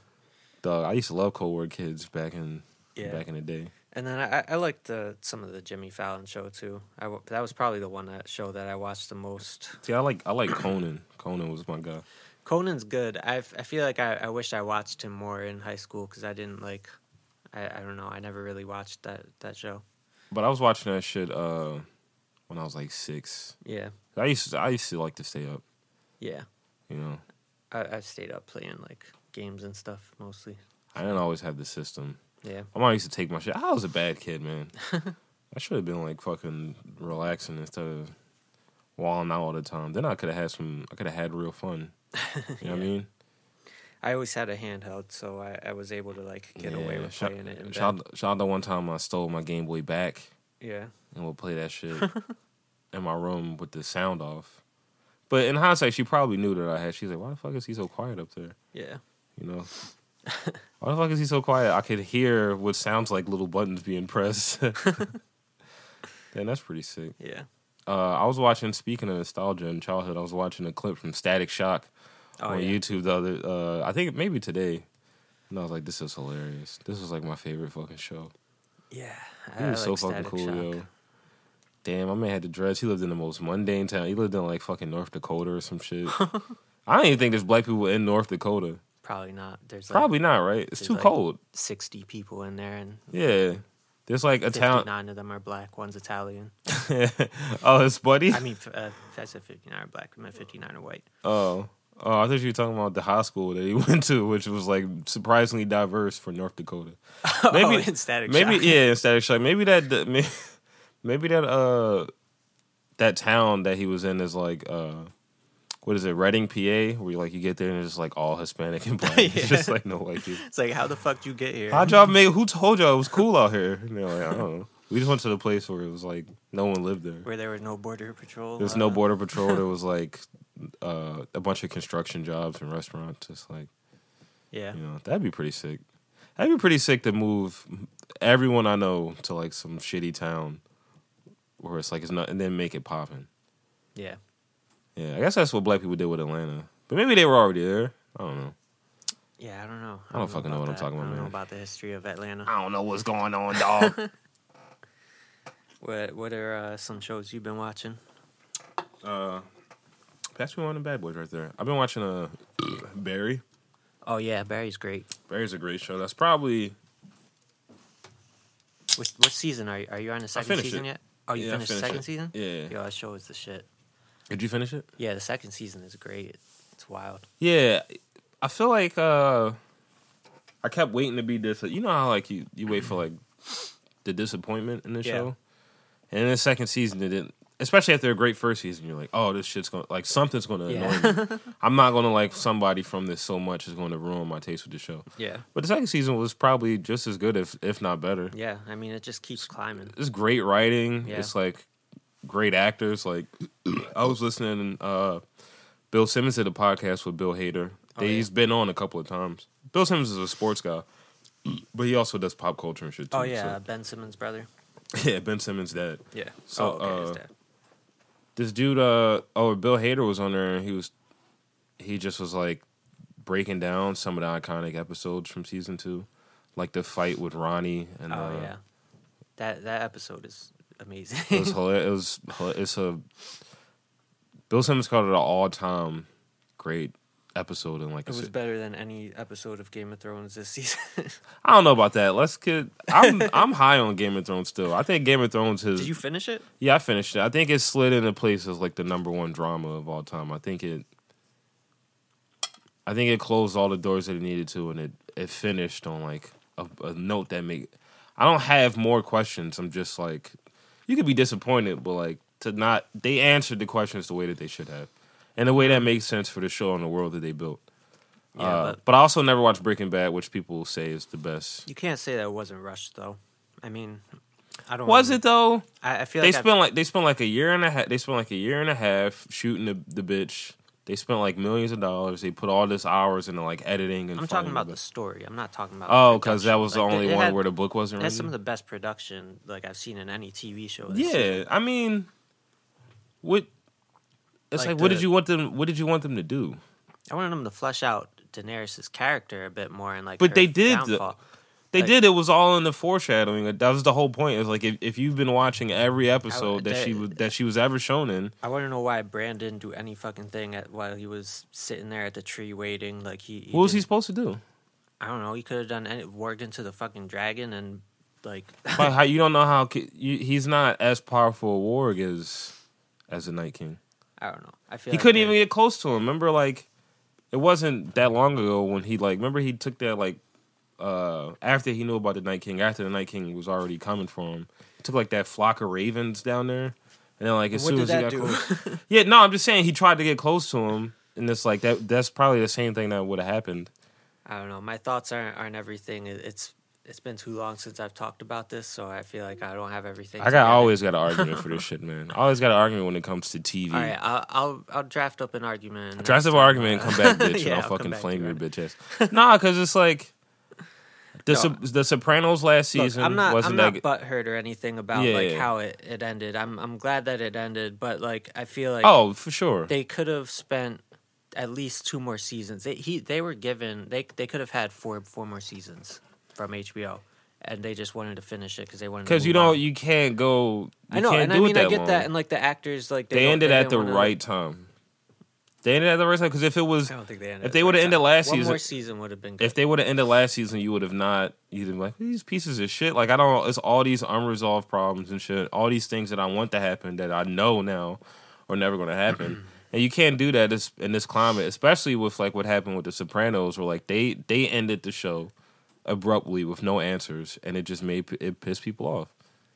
A: Dog, I used to love Cold War Kids back in
B: Yeah.
A: back in the day.
B: And then I, I liked the, some of the Jimmy Fallon show too. I wa- that was probably the one that show that I watched the most.
A: See, I like I like Conan. Conan was my guy.
B: Conan's good. I f- I feel like I, I wish I watched him more in high school because I didn't like. I, I don't know. I never really watched that that show.
A: But I was watching that shit uh, when I was like six.
B: Yeah,
A: I used to, I used to like to stay up.
B: yeah.
A: You know,
B: I, I stayed up playing like games and stuff mostly.
A: I didn't always have the system.
B: Yeah,
A: My mom used to take my shit. I was a bad kid, man. I should have been like fucking relaxing instead of walling out all the time. Then I could have had some. I could have had real fun. You know what I
B: Yeah.
A: mean?
B: I always had a handheld, so I, I was able to like get away
A: Yeah,
B: with
A: shout-
B: playing it. In
A: Shout
B: bed.
A: shout out the one time I stole my Game Boy back
B: Yeah,
A: and we'll play that shit in my room with the sound off. But in hindsight, she probably knew that I had. She's like, "Why the fuck is he so quiet up there?"
B: yeah.
A: You know. Why the fuck is he so quiet? I could hear what sounds like little buttons being pressed. Damn, that's pretty sick.
B: Yeah.
A: Uh, I was watching. Speaking of nostalgia and childhood, I was watching a clip from Static Shock
B: Oh
A: on
B: yeah.
A: YouTube the other. Uh, I think maybe today. And I was like, "This is hilarious. This was like my favorite fucking show.
B: yeah.
A: He
B: I
A: was so
B: like
A: fucking
B: Static
A: cool,
B: Shock.
A: yo. Damn, my man had to dress. He lived in the most mundane town. He lived in like fucking North Dakota or some shit. I don't even think there's black people in North Dakota.
B: Probably not. There's like,
A: Probably not, right? It's
B: there's,
A: too
B: like-
A: cold.
B: sixty people in there, and
A: Yeah, there's like a
B: fifty-nine
A: town.
B: of them are black. One's Italian.
A: oh, it's Buddy.
B: I mean, f- uh, I said fifty-nine are black. I meant fifty-nine are white.
A: Oh. Oh, I thought you were talking about the high school that he went to, which was like surprisingly diverse for North Dakota. Maybe
B: oh, in Static
A: maybe
B: Shock.
A: yeah, in Static Shock. Maybe that that- may- maybe that uh that town that he was in is like uh what is it, Reading, PA, where you like you get there and it's just like all Hispanic and black.
B: Yeah.
A: It's just like no white people.
B: It's like, how the fuck do you get here?
A: How y'all make who told y'all it was cool out here? And they're like, I don't know. We just went to the place where it was like no one lived there.
B: Where there was no border patrol. Uh,
A: There was no border patrol. There was like uh, a bunch of construction jobs and restaurants. Just like
B: Yeah.
A: you know, that'd be pretty sick. That'd be pretty sick to move everyone I know to like some shitty town where it's like it's not, and then make it poppin'.
B: Yeah.
A: Yeah, I guess that's what black people did with Atlanta, but maybe they were already there. I don't know.
B: Yeah, I don't know.
A: I don't fucking know
B: about
A: what I'm
B: that.
A: talking about,
B: I don't know
A: man.
B: about the history of Atlanta.
A: I don't know what's going on, dog.
B: What What are uh, some shows you've been watching?
A: uh, that's me one of the bad boys right there. I've been watching uh, Barry.
B: Oh yeah, Barry's great.
A: Barry's a great show. That's probably
B: Which What season are you? Are you on the second
A: finished
B: season
A: it.
B: yet? Oh, you
A: Yeah, I
B: finished the
A: finished
B: second
A: it.
B: season?
A: Yeah.
B: Yo, that show is the shit.
A: Did you finish it?
B: Yeah, the second season is great. It's wild.
A: Yeah, I feel like uh I kept waiting to be dis. You know how like you you wait for like the disappointment in the
B: Yeah.
A: show, and in the second season it didn't. Especially after a great first season, you're like, oh, this shit's gonna like something's gonna
B: Yeah.
A: annoy me. I'm not gonna like somebody from this so much is gonna ruin my taste with the show.
B: Yeah.
A: But the second season was probably just as good, if if not better.
B: Yeah. I mean, it just keeps climbing.
A: It's great writing.
B: Yeah.
A: It's like great actors. Like I was listening uh Bill Simmons did a podcast with Bill Hader.
B: Oh, yeah.
A: He's been on a couple of times. Bill Simmons is a sports guy, but he also does pop culture and shit too.
B: Oh yeah, Ben Simmons' brother.
A: so- yeah, Ben Simmons' dad.
B: Yeah.
A: So,
B: oh, okay, his
A: uh,
B: dad.
A: This dude, uh oh, Bill Hader was on there and he was he just was like breaking down some of the iconic episodes from season two. Like the fight with Ronnie and uh,
B: oh yeah, that that episode is amazing.
A: It was hilarious. It was hila- it's a Bill Simmons called it an all time great episode and like
B: It
A: I
B: was
A: said-
B: better than any episode of Game of Thrones this season.
A: I don't know about that. Let's get I'm I'm high on Game of Thrones still. I think Game of Thrones
B: Did
A: is
B: you finish it?
A: yeah I finished it. I think it slid into place as like the number one drama of all time. I think it I think it closed all the doors that it needed to and it it finished on like a, a note that made I don't have more questions. I'm just like you could be disappointed, but like to not they answered the questions the way that they should have, and the way that makes sense for the show and the world that they built.
B: Yeah,
A: uh,
B: but-
A: but I also never watched Breaking Bad, which people say is the best.
B: You can't say that it wasn't rushed though. I mean, I don't.
A: Was
B: really-
A: it though?
B: I, I feel
A: They
B: like I've-
A: spent like they spent like a year and a half. They spent like a year and a half shooting the, the bitch. They spent like millions of dollars. They put all this hours into like editing and.
B: I'm talking
A: finding
B: about
A: the
B: the story. I'm not talking about.
A: Oh, because that
B: production.
A: was the
B: Like,
A: only
B: it
A: one
B: had-
A: where the book wasn't
B: it had some of
A: written.
B: the best production like I've seen in any TV show. this
A: Yeah,
B: season.
A: I mean, what? It's like,
B: Like
A: what
B: the-
A: did you want them? What did you want them to do?
B: I wanted them to flesh out Daenerys' character a bit more and like.
A: But
B: her
A: they did,
B: downfall.
A: They
B: Like-
A: did. It was all in the foreshadowing. That was the whole point. It was like if, if you've been watching every episode that
B: they-
A: she was that she was ever shown in,
B: I want to know why Bran didn't do any fucking thing at, while he was sitting there at the tree waiting. Like he, he
A: what was he
B: didn't-
A: supposed to do?
B: I don't know. He could have done any, worked into the fucking dragon and like
A: But how you don't know how ki- you, he's not as powerful a warg as as the Night King.
B: I don't know. I feel
A: He
B: like
A: couldn't
B: they-
A: even get close to him. Remember, like it wasn't that long ago when he like remember he took that like uh after he knew about the Night King, after the Night King was already coming for him, he took like that flock of ravens down there, and then like as
B: What
A: soon as
B: did
A: he
B: that
A: got
B: do?
A: close, Yeah, no, I'm just saying he tried to get close to him, and it's like that. That's probably the same thing that would have happened.
B: I don't know. My thoughts aren't aren't everything. It- It's it's been too long since I've talked about this, so I feel like I don't have everything.
A: I got
B: together.
A: always got an argument for this shit, man. I always got an argument when it comes to TV.
B: All right, I'll I'll, I'll draft up an argument. next
A: Drive up an
B: time.
A: argument and come back, bitch,
B: Yeah,
A: and
B: I'll
A: I'll
B: come
A: fucking
B: back to
A: flame
B: you
A: your
B: on
A: bitch ass. Nah, because it's like the
B: No.
A: Sop- the Sopranos last
B: Look,
A: season
B: I'm not
A: wasn't
B: I'm
A: that
B: not
A: good.
B: butthurt or anything about
A: Yeah,
B: like
A: yeah.
B: how it, it ended. I'm I'm glad that it ended, but like I feel like
A: oh, for sure.
B: they could have spent at least two more seasons. They he they were given they they could have had four four more seasons from HBO, and they just wanted to finish it because they wanted to
A: Because you
B: move on.
A: don't, you can't go. You
B: I know,
A: can't
B: and
A: do
B: I
A: it
B: mean
A: that
B: I get
A: long.
B: that, and like the actors like they,
A: they
B: don't-
A: ended at
B: didn't
A: the
B: wanna-
A: right time. They ended at the right time because if it was
B: I don't think they ended.
A: If
B: at
A: they
B: the
A: would've
B: right
A: ended
B: time.
A: last
B: one
A: season-
B: more season would have been good.
A: if they would have ended last season, you would have not. You'd have been like these pieces of shit. Like I don't. It's all these unresolved problems and shit. All these things that I want to happen that I know now are never going to happen. and you can't do that this, in this climate, especially with like what happened with the Sopranos, where like they they ended the show abruptly with no answers, and it just made p- it pissed people off.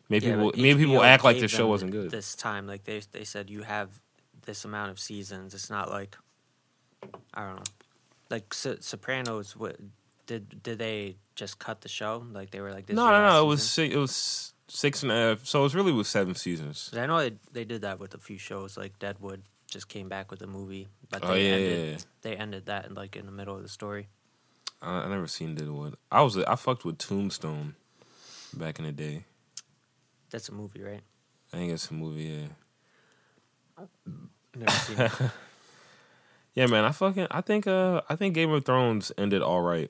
A: Made
B: Yeah,
A: people
B: but
A: made people
B: HBO
A: act like
B: gave
A: the show
B: them
A: wasn't good.
B: This time, like they they said, you have this amount of seasons. It's not like I don't know, like so- Sopranos. What did did they just cut the show? Like they were like this. is
A: no,
B: your
A: no,
B: last
A: no. It was
B: season?
A: six, it was six and a half. So it was really with seven seasons.
B: 'Cause I know they, they did that with a few shows. Like Deadwood just came back with a movie, but they
A: Oh, yeah,
B: ended
A: yeah, yeah.
B: they ended that in, like in the middle of the story.
A: I, I never seen Deadwood. I was I fucked with Tombstone back in the day.
B: That's a movie, right?
A: I think it's a movie. Yeah,
B: Never seen it.
A: yeah, man. I fucking I think uh I think Game of Thrones ended all right.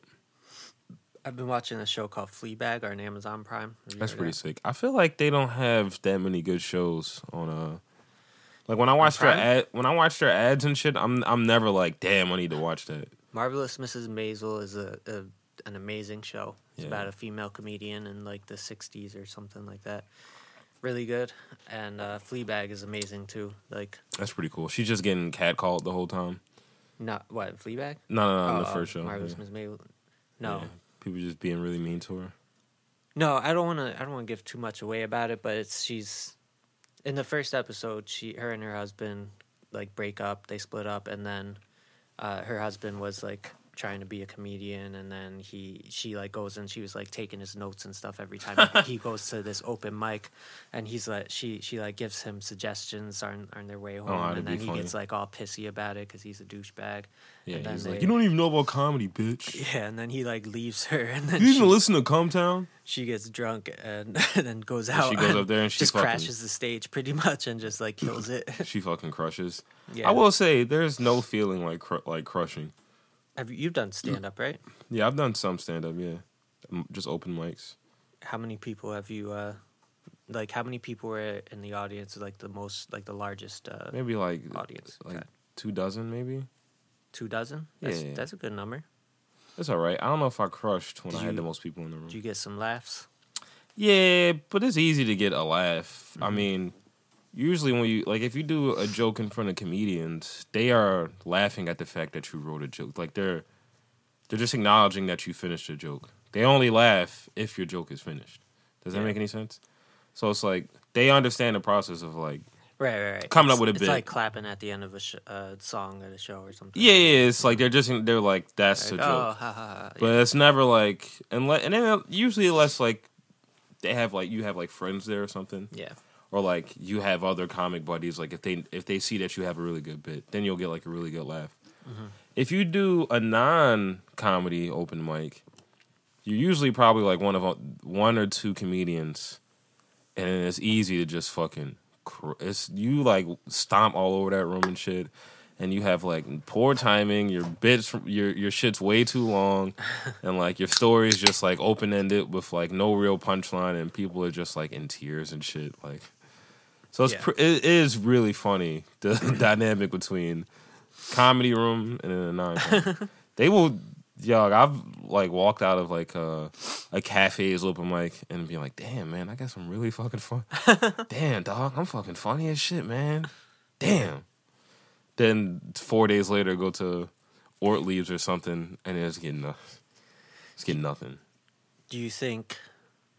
B: I've been watching a show called Fleabag on Amazon Prime. Have you
A: That's
B: heard of
A: pretty
B: that?
A: sick. I feel like they don't have that many good shows on uh like when I watch their
B: Prime?
A: ad when I watch their ads and shit. I'm I'm never like damn I need to watch that.
B: Marvelous Mrs. Maisel is a, a an amazing show. It's
A: Yeah.
B: about a female comedian in like the '60s or something like that. Really good, and uh, Fleabag is amazing too. Like,
A: That's pretty cool. She's just getting catcalled the whole time.
B: not what Fleabag?
A: No, no, no. in the
B: Oh,
A: first show,
B: Marvelous
A: yeah.
B: Mrs. Maisel. No,
A: Yeah. people just being really mean to her.
B: no, I don't want to. I don't want to give too much away about it, but it's she's in the first episode. She, her, and her husband like break up. They split up, and then uh, her husband was like trying to be a comedian, and then he, she like goes and she was like taking his notes and stuff every time he- he goes to this open mic, and he's like, she, she like gives him suggestions on on their way home,
A: that'd
B: and
A: Oh, be
B: then he
A: funny.
B: gets like all pissy about it because he's a douchebag.
A: Yeah,
B: and then
A: he's like,
B: they-
A: you don't even know about comedy, bitch.
B: Yeah, and then he like leaves her, and then
A: You didn't
B: she-
A: even listen to Cometown.
B: she gets drunk and, and then goes out.
A: she goes up there and she
B: just
A: fucking-
B: crashes the stage pretty much and just like kills it.
A: She fucking crushes.
B: Yeah.
A: I will say, there's no feeling like cr- like crushing.
B: Have you, you've done
A: Mm.
B: stand up, right?
A: Yeah, I've done some stand up. Yeah, M- just open mics.
B: How many people have you? uh Like, how many people were in the audience? Like the most, like the largest, uh,
A: Maybe like
B: Audience,
A: like
B: okay.
A: two dozen, maybe.
B: two dozen. That's,
A: Yeah, yeah.
B: that's a good number.
A: That's all right. I don't know if I crushed when
B: Did
A: I had
B: you-
A: the most people in the room.
B: Did you get some laughs?
A: yeah, but it's easy to get a laugh. I mean, usually when you like, if you do a joke in front of comedians, they are laughing at the fact that you wrote a joke. Like they're they're just acknowledging that you finished a joke. They only laugh if your joke is finished. Does that
B: Yeah.
A: make any sense? So it's like they understand the process of like
B: Right, right, right.
A: Coming
B: It's-
A: up with a
B: it's
A: bit.
B: like clapping at the end of a sh- uh, song at a show or something.
A: Yeah, yeah, it's like they're just they're like that's
B: Like,
A: a
B: oh, ha
A: joke,
B: ha ha.
A: but it's never like unless and then usually unless like they have like you have like friends there or something,
B: yeah. yeah.
A: or like you have other comic buddies. Like if they if they see that you have a really good bit, then you'll get like a really good laugh. If you do a non comedy open mic, you're usually probably like one of uh, one or two comedians, and it's easy to just fucking. cr- It's you like stomp all over that room and shit. and you have like poor timing. Your bits, your your shit's way too long, and like your story's just like open ended with like no real punchline, and people are just like in tears and shit. Like, so it's
B: Yeah.
A: pr- it is really funny the dynamic between comedy room and then a nine. Point. they will, yo. I've like walked out of like uh, a cafe's open mic and be like, damn man, I got some really fucking fun. damn dog, I'm fucking funny as shit, man. Damn. Then four days later, go to Ort leaves or something, and it's getting nothing. It's getting nothing.
B: Do you think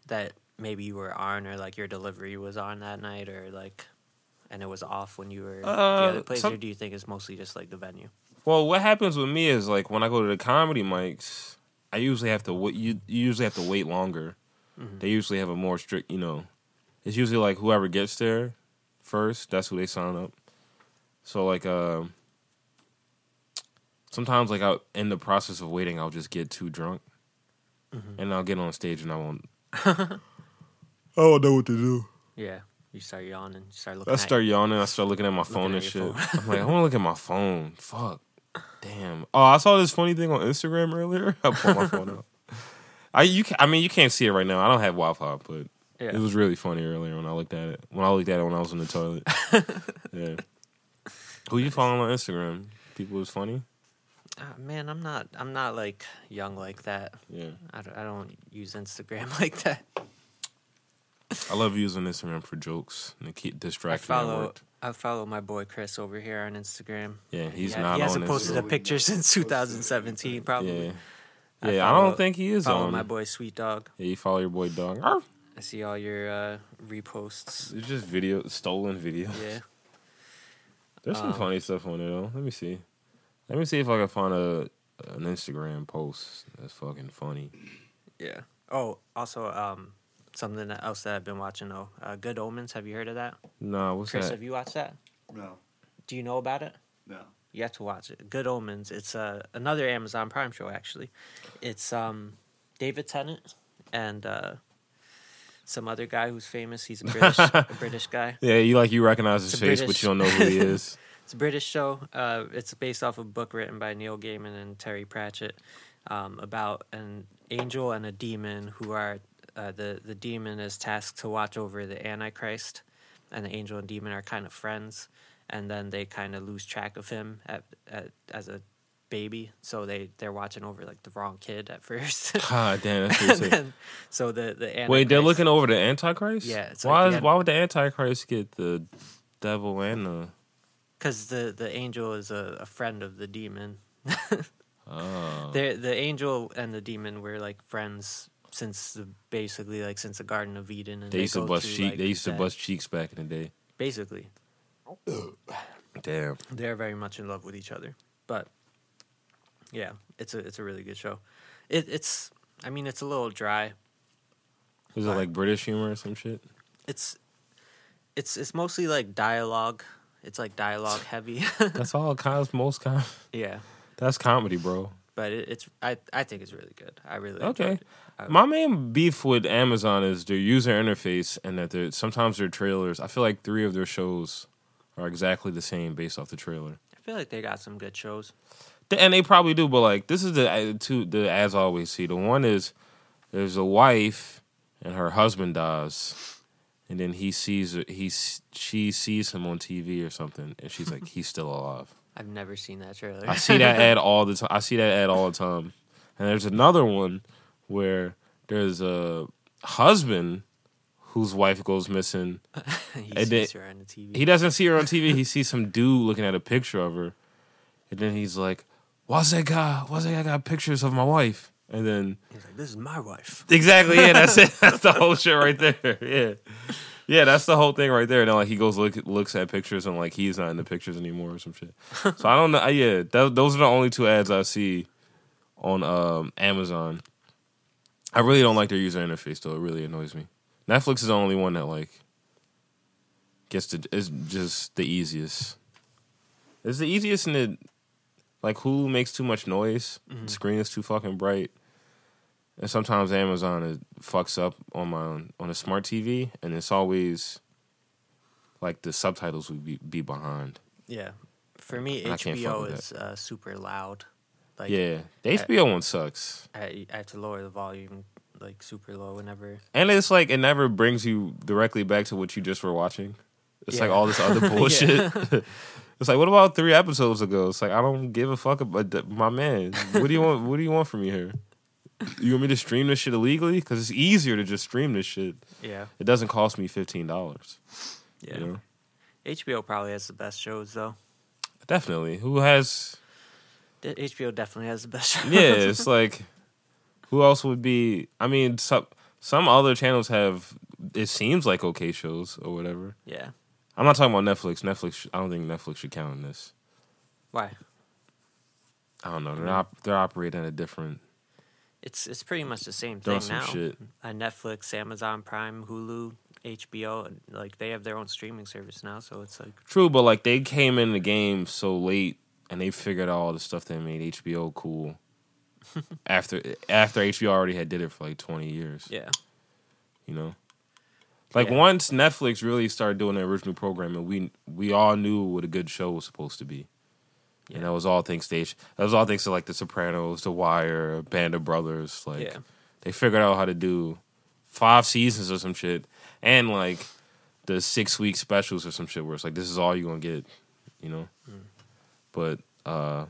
B: that maybe you were on, or like your delivery was on that night, or like, and it was off when you were at
A: Uh,
B: the other place,
A: some-
B: or do you think it's mostly just like the venue?
A: Well, what happens with me is like when I go to the comedy mics, I usually have to wait. You you usually have to wait longer. They usually have a more strict, you know. It's usually like whoever gets there first, that's who they sign up. So like, uh, sometimes like I in the process of waiting, I'll just get too drunk, and I'll get on stage and I won't. I don't know what to do.
B: Yeah, you start yawning, you start looking.
A: I
B: at-
A: start yawning. I start looking at my phone
B: at
A: and shit.
B: your
A: I'm like, I want to look at my phone. Fuck. Damn. Oh, I saw this funny thing on Instagram earlier. I pulled my phone out. I you ca I mean you can't see it right now. I don't have Wi-Fi, but
B: Yeah.
A: it was really funny earlier when I looked at it. When I looked at it when I was in the toilet. yeah. Who you following on Instagram? People is funny.
B: Ah, man, I'm not. I'm not like young like that.
A: Yeah.
B: I don't, I don't use Instagram like that.
A: I love using Instagram for jokes and to keep
B: I
A: distracting. at
B: follow.
A: work.
B: I follow my boy Chris over here on Instagram.
A: Yeah, he's
B: Yeah,
A: not
B: he hasn't
A: on
B: posted
A: Instagram.
B: a picture since 2017, probably.
A: Yeah.
B: I
A: Yeah, I,
B: follow-
A: don't think he is
B: Follow
A: on.
B: my boy Sweet Dog.
A: yeah, you follow your boy dog. Arf.
B: I see all your uh, reposts.
A: It's just video stolen videos.
B: Yeah.
A: There's some
B: Um,
A: funny stuff on it though. Let me see. Let me see if I can find a an Instagram post that's fucking funny.
B: Yeah. Oh, also, um, something that- else that I've been watching though, uh, Good Omens. Have you heard of that?
A: Nah, what's
B: Chris,
A: that?
B: have you watched that?
C: No,
B: Do you know about it?
C: no.
B: You have to watch it. Good Omens. It's uh, another Amazon Prime show actually. It's um, David Tennant and uh, some other guy who's famous. He's a British, a British guy.
A: yeah, you like you recognize his
B: It's a
A: face,
B: British-
A: but you don't know who he is.
B: It's a British show. Uh, it's based off a book written by Neil Gaiman and Terry Pratchett um, about an angel and a demon who are uh, the the demon is tasked to watch over the Antichrist, and the angel and demon are kind of friends, and then they kind of lose track of him at, at as a baby, so they they're watching over like the wrong kid at first.
A: God damn, that's
B: And
A: what you said.
B: then- so the the Antichrist,
A: Wait, they're looking over the Antichrist.
B: Yeah, it's
A: why
B: like
A: is
B: the-
A: why would the Antichrist get the devil and the?
B: because the the angel is a, a friend of the demon.
A: Oh,
B: the the angel and the demon were like friends since the, basically like since the Garden of Eden. And
A: they used to
B: go
A: bust
B: through,
A: cheek.
B: like,
A: they used to
B: that-
A: bust cheeks back in the day.
B: Basically,
A: Damn.
B: they're very much in love with each other. But yeah, it's a it's a really good show. It, it's I mean it's a little dry.
A: Is it like British humor or some shit?
B: It's it's it's mostly like dialogue. It's like dialogue heavy.
A: That's all. Cos most com.
B: yeah,
A: That's comedy, bro.
B: but it, it's I I think it's really good. I really enjoyed
A: Okay.
B: it. I-
A: My main beef with Amazon is their user interface and that their sometimes their trailers. I feel like three of their shows are exactly the same based off the trailer,
B: I feel like they got some good shows.
A: Th- and they probably do. But like this is the uh, two the as I always see. The one is there's a wife and her husband dies, and then he sees her- he s- she sees him on TV or something, and she's like he's still alive.
B: I've never seen that trailer.
A: I see that ad all the time. I see that ad all the time. And there's another one where there's a husband whose wife goes missing.
B: he
A: And
B: sees
A: it-
B: her on the TV.
A: He doesn't see her on TV. He sees some dude looking at a picture of her, and then he's like, "Why's that guy? Why's that guy got pictures of my wife?" And then
B: He's like, "This is my wife."
A: exactly, yeah, that's it. That's the whole shit right there. Yeah, yeah, that's the whole thing right there. And then like he goes look looks at pictures and like he's not in the pictures anymore or some shit. So I don't know. Yeah, tho- those are the only two ads I see on um, Amazon. I really don't like their user interface though. It really annoys me. Netflix is the only one that like gets to is just the easiest. It's the easiest and it like Hulu makes too much noise. The screen is too fucking bright. And sometimes Amazon is, fucks up on my own, on a smart TV, and it's always like the subtitles would be, be behind.
B: Yeah. for me,
A: I can't fuck
B: HBO
A: with
B: is uh, super loud. Like,
A: yeah, the HBO one sucks,
B: I, I have to lower the volume like super low whenever.
A: and it's like it never brings you directly back to what you just were watching. It's like
B: Yeah.
A: all this other bullshit. it's like, what about three episodes ago? It's like I don't give a fuck about th- my man. What do you want? What do you want from me here? You want me to stream this shit illegally? Because it's easier to just stream this shit.
B: Yeah,
A: It doesn't cost me fifteen dollars.
B: yeah.
A: You know?
B: HBO probably has the best shows though.
A: Definitely. Who has?
B: D- HBO definitely has the best shows.
A: Yeah, it's like who else would be? I mean, some some other channels have. It seems like okay shows or whatever.
B: yeah.
A: I'm not talking about Netflix. Netflix. sh- I don't think Netflix should count on this.
B: Why?
A: I don't know. They're op- they're operating at a different.
B: It's it's pretty much the same
A: They're
B: thing
A: on some
B: now.
A: shit.
B: Uh, Netflix, Amazon Prime, Hulu, HBO, and, like they have their own streaming service now. So it's like
A: True, but like they came in the game so late and they figured out all the stuff that made HBO cool. after after HBO already had did it for like 20 years.
B: yeah,
A: you know like
B: Yeah.
A: once netflix really started doing their original programming we we all knew what a good show was supposed to be
B: Yeah.
A: and that was all things stage that was all things to like the sopranos the wire band of brothers like
B: Yeah.
A: they figured out how to do five seasons or some shit and like the six week specials or some shit where it's like this is all you're gonna get you know
B: Mm.
A: but uh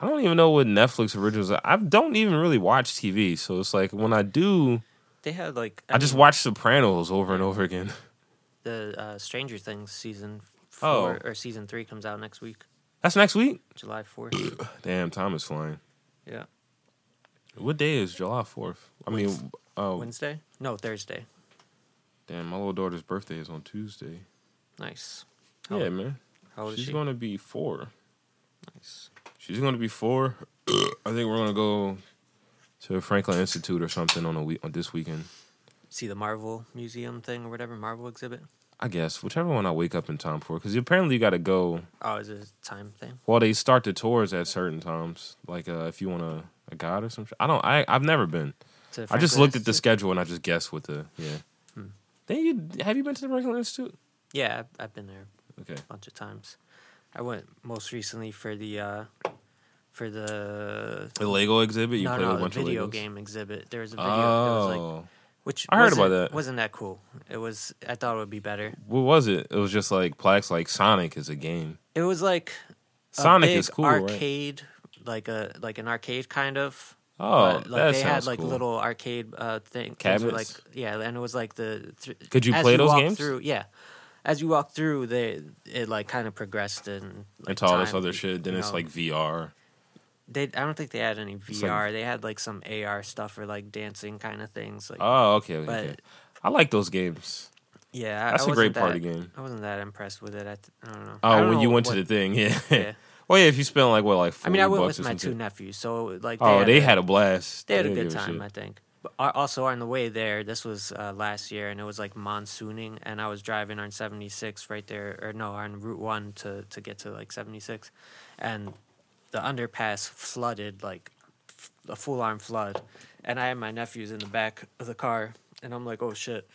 A: I don't even know what Netflix originals are. I don't even really watch TV, so it's like when I do,
B: they had like
A: I just
B: mean,
A: watch Sopranos over and over again.
B: the uh, Stranger Things season
A: Oh.
B: four or season three comes out next week,
A: That's next week.
B: July fourth.
A: Damn, time is flying.
B: yeah,
A: What day is July fourth? I mean, oh
B: Wednesday? No, Thursday.
A: damn, my little daughter's birthday is on Tuesday.
B: Nice. How
A: Yeah,
B: old-
A: man,
B: How old is
A: she's
B: she?
A: gonna be four.
B: Nice.
A: She's gonna be four. I think we're gonna go to Franklin Institute or something on a week on this weekend.
B: See the Marvel Museum thing or whatever Marvel exhibit.
A: I guess whichever one I wake up in time for, because apparently you got to go.
B: Oh, is it a time thing?
A: Well, they start the tours at certain times, like uh, if you want a, a guide or something. I don't. I I've never been.
B: To
A: I just
B: Franklin
A: looked at the
B: Institute?
A: schedule and I just guessed with the yeah.
B: Hmm.
A: Then you have you been to the Franklin Institute?
B: Yeah, I've, I've been there
A: Okay.
B: a bunch of times. I went most recently for the uh for the
A: The Lego exhibit. You
B: no
A: play
B: no
A: with a
B: the
A: bunch
B: video
A: of Legos.
B: game exhibit. There was a video.
A: Oh,
B: It was like, which
A: I heard about
B: wasn't-
A: that.
B: Wasn't that cool? It was. I thought it would be better.
A: what was it? It was just like plaques. Like Sonic is a game.
B: It was like a
A: Sonic
B: big
A: is cool, right?
B: Arcade, like a like an arcade kind of.
A: Oh,
B: but, like
A: that
B: they had
A: sounds
B: like
A: cool.
B: little arcade uh thing things with,
A: Cabinets?
B: like yeah, and it was like the th-
A: Could you
B: as
A: play those
B: walked
A: games?
B: Through, yeah, as you walk through, they it like kind of progressed and like,
A: Into all this
B: time,
A: other shit. Then
B: you
A: it's
B: know.
A: like VR.
B: they. I don't think they had any
A: like-
B: VR. they had like some AR stuff or like dancing kind of things. Like
A: Oh, okay, okay.
B: But-
A: okay. I like those games.
B: yeah, I-
A: that's
B: I
A: a great
B: wasn't that-
A: party game.
B: I wasn't that impressed with it. I, th- I don't know. I
A: Oh,
B: don't
A: when you
B: know
A: went to the
B: what-
A: thing, yeah.
B: Yeah.
A: well, yeah. If you spent like what, like
B: I
A: forty
B: mean, I went
A: bucks
B: with
A: or
B: my two
A: something.
B: nephews, so like
A: oh, they
B: a-
A: had a blast.
B: they had a
A: didn't
B: good
A: give
B: time,
A: shit.
B: I think. But a- also on the way there, this was uh, last year, and it was like monsooning, and I was driving on seventy six right there, or no, on Route One to to get to like seventy six, and the underpass flooded like f- a full on flood, and I had my nephews in the back of the car, and I'm like, oh shit,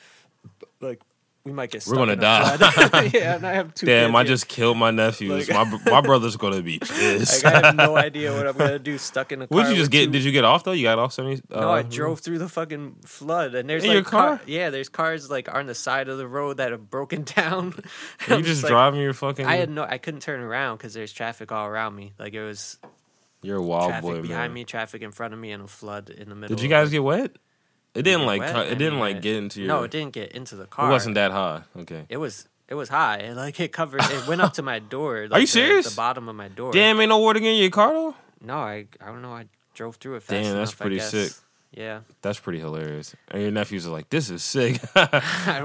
B: like we might get stuck
A: We're
B: in
A: gonna
B: a flood. yeah, and I have two.
A: Damn,
B: kids
A: I
B: here.
A: just killed my nephews. my
B: Like-
A: br- my brother's gonna be pissed.
B: like, I have no idea what I'm gonna do stuck in a car.
A: What you
B: with
A: just get?
B: two
A: Did you get off though? You got off seventy?
B: No,
A: uh,
B: I drove through the fucking flood, and there's
A: In
B: like
A: your
B: car-
A: car?
B: yeah, there's cars like on the side of the road that have broken down.
A: You
B: I'm
A: just
B: like-
A: driving your fucking.
B: I had no, I couldn't turn around because there's traffic all around me. Like it was
A: You're a wild
B: traffic
A: boy,
B: behind
A: man.
B: me, traffic in front of me, and a flood in the middle.
A: Did you
B: of
A: guys
B: it.
A: get wet? It didn't like.
B: Wet,
A: cut-
B: I
A: It didn't
B: mean,
A: like
B: it-
A: get into your.
B: No, it didn't get into the car.
A: It wasn't that high. Okay.
B: It was. It was high. It, like it covered. It went up to my door. Like,
A: you
B: the-
A: serious?
B: The bottom of my door.
A: Damn, ain't no water getting in your car though.
B: No, I. I don't know. I drove through it fast
A: Damn, that's
B: enough, I
A: pretty
B: guess.
A: sick.
B: Yeah.
A: That's pretty hilarious. And your nephews are like, "This is sick."
B: I
A: Like,
B: don't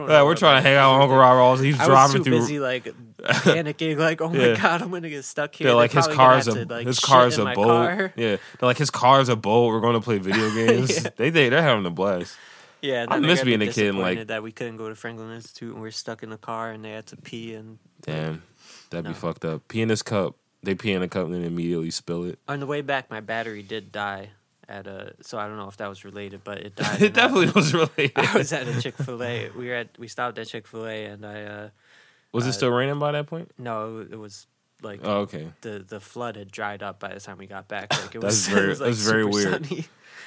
B: know
A: we're
B: what
A: trying to hang out with Uncle Rob Rawls. He's
B: I was
A: driving
B: too
A: through.
B: busy like panicking, like, oh my
A: Yeah.
B: god, I'm gonna get stuck here.
A: They're like his
B: probably gonna
A: car's a
B: have to, like,
A: his
B: shit
A: car's
B: in
A: a
B: my
A: boat.
B: car.
A: Yeah, they're like his car's a boat. We're going to play video games. They they they're having a blast.
B: Yeah, and
A: I
B: then they're
A: miss
B: gonna
A: being
B: be
A: a kid and, like-
B: disappointed that we couldn't go to Franklin Institute and we're stuck in the car and they had to pee and
A: Damn, that'd
B: No.
A: be fucked up. Pee in this cup. They pee in a cup and then immediately spill it.
B: on the way back my battery did die at a so I don't know if that was related, but it died.
A: it
B: and I-
A: definitely was related.
B: I was at a Chick Fil A. We were at we stopped at Chick Fil A and I uh,
A: Was
B: Uh,
A: it still raining by that point?
B: No, it, it was like
A: Oh, okay.
B: the the flood had dried up by the time we got back. Like it
A: That's
B: was,
A: very-
B: it was like
A: that's very
B: super
A: weird.
B: Sunny.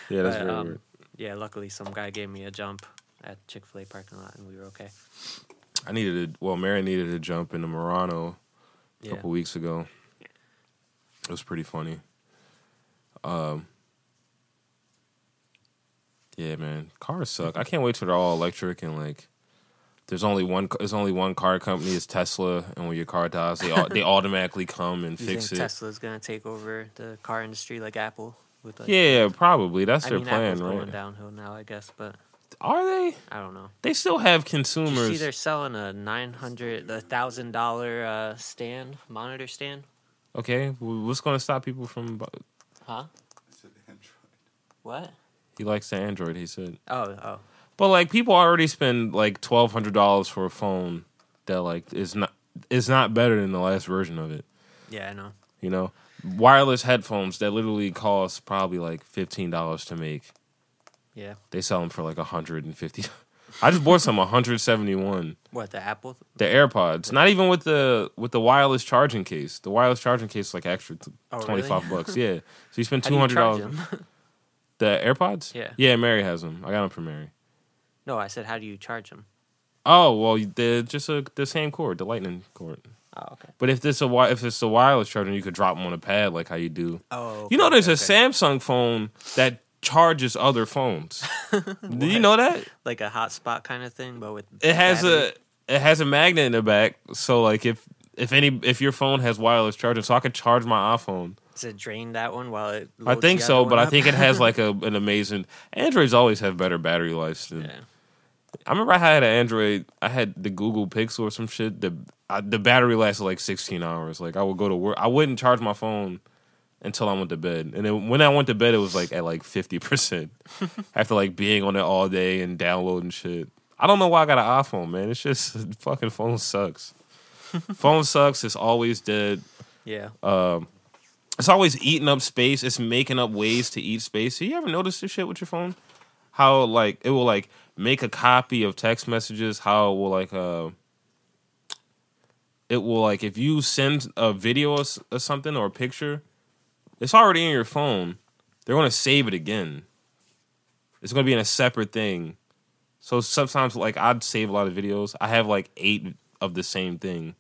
A: Yeah, that's
B: But,
A: very
B: um,
A: weird.
B: Yeah, luckily some guy gave me a jump at Chick Fil A parking lot, and we were okay.
A: I needed a well, Mary needed a jump in the Murano a
B: Yeah,
A: couple weeks ago. It was pretty funny. Um, yeah, man, cars suck. I can't wait till they're all electric and like. There's only one. There's only one car company. It's Tesla, and when your car dies, they au- they automatically come and
B: you
A: fix
B: think
A: it.
B: Tesla's gonna take over the car industry like Apple with like
A: Yeah, probably. That's
B: I
A: their
B: mean
A: plan,
B: Apple's
A: right?
B: going downhill now, I guess, but
A: Are they?
B: I don't know.
A: They still have
B: Did you see
A: consumers.
B: they're selling a nine hundred, a thousand dollar uh, stand monitor stand?
A: okay, wh- what's going to stop people from? bu-
B: Huh?
C: I said Android.
B: What?
A: He likes the Android. He said.
B: Oh, oh,
A: But like people already spend like twelve hundred dollars for a phone that like is not is not better than the last version of it.
B: yeah, I know.
A: You know, wireless headphones that literally cost probably like fifteen dollars to make.
B: Yeah.
A: They sell them for like hundred and fifty. I just bought some one hundred seventy one.
B: What the Apple?
A: The AirPods, not even with the with the wireless charging case. The wireless charging case is like extra t-
B: Oh, really?
A: twenty five bucks. Yeah, so you spend two
B: How do you
A: hundred
B: charge
A: dollars.
B: 'em?
A: The AirPods.
B: Yeah.
A: yeah. Mary has them. I got them for Mary.
B: No, I said, how do you charge them?
A: Oh well, they're just a, the same cord, the lightning cord.
B: Oh, okay.
A: But if this a wi- if it's a wireless charger, you could drop them on a pad like how you do.
B: Oh,
A: you know,
B: okay,
A: there's a
B: okay.
A: Samsung phone that charges other phones. do you know that
B: like a hotspot kind of thing, but with
A: it has a it has a magnet in the back, so like if if any if your phone has wireless charging, so I could charge my iPhone.
B: Does it drain that one while it?
A: I
B: loads
A: think
B: the
A: so,
B: other
A: but
B: one
A: I
B: up?
A: think it has like a an amazing. Androids always have better battery lives than
B: yeah.
A: I remember I had an Android. I had the Google Pixel or some shit. The I, the battery lasted like 16 hours. Like I would go to work. I wouldn't charge my phone until I went to bed. And then when I went to bed, it was like at like 50 percent after like being on it all day and downloading shit. I don't know why I got an iPhone, man. It's just fucking phone sucks. phone sucks. It's always dead.
B: Yeah.
A: Uh, It's always eating up space. It's making up ways to eat space. Have you ever noticed this shit with your phone? How like it will like make a copy of text messages. How it will like uh, it will like if you send a video or, s- or something or a picture, it's already in your phone. They're gonna save it again. It's gonna be in a separate thing. So sometimes like I'd save a lot of videos. I have like eight of the same thing.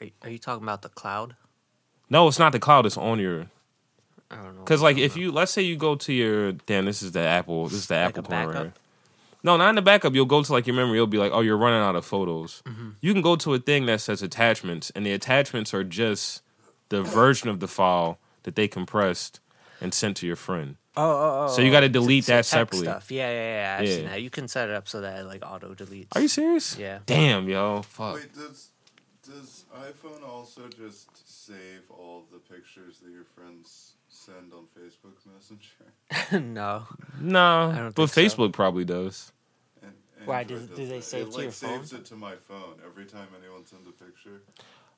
B: Are you, are you talking about the cloud?
A: No, it's not the cloud. It's on your
B: I don't know.
A: Because like if you let's say you go to your damn, this is the Apple, this is the
B: Like
A: Apple
B: a
A: corner. right
B: backup?
A: here. No, not in the backup. You'll go to like your memory. You'll be like, oh, you're running out of photos.
B: Mm-hmm.
A: You can go to a thing that says attachments, and the attachments are just the version of the file that they compressed and sent to your friend.
B: Oh, oh, oh.
A: So you got to
B: oh.
A: delete
B: To
A: that
B: text
A: separately.
B: Stuff. Yeah, yeah, yeah. I've seen
A: Yeah.
B: that. You can set it up so that it like auto deletes.
A: Are you serious?
B: Yeah.
A: Damn, yo, fuck.
C: Wait, does does iPhone also just save all the pictures that your friends send on Facebook Messenger?
B: no.
A: Nah,
B: I don't
A: but
B: think so.
A: Facebook probably does.
C: And
B: Why,
C: Android
B: does- do they
C: that.
B: save
C: it,
B: to
C: like,
B: your
C: saves
B: phone?
C: it to my phone every time anyone sends a picture.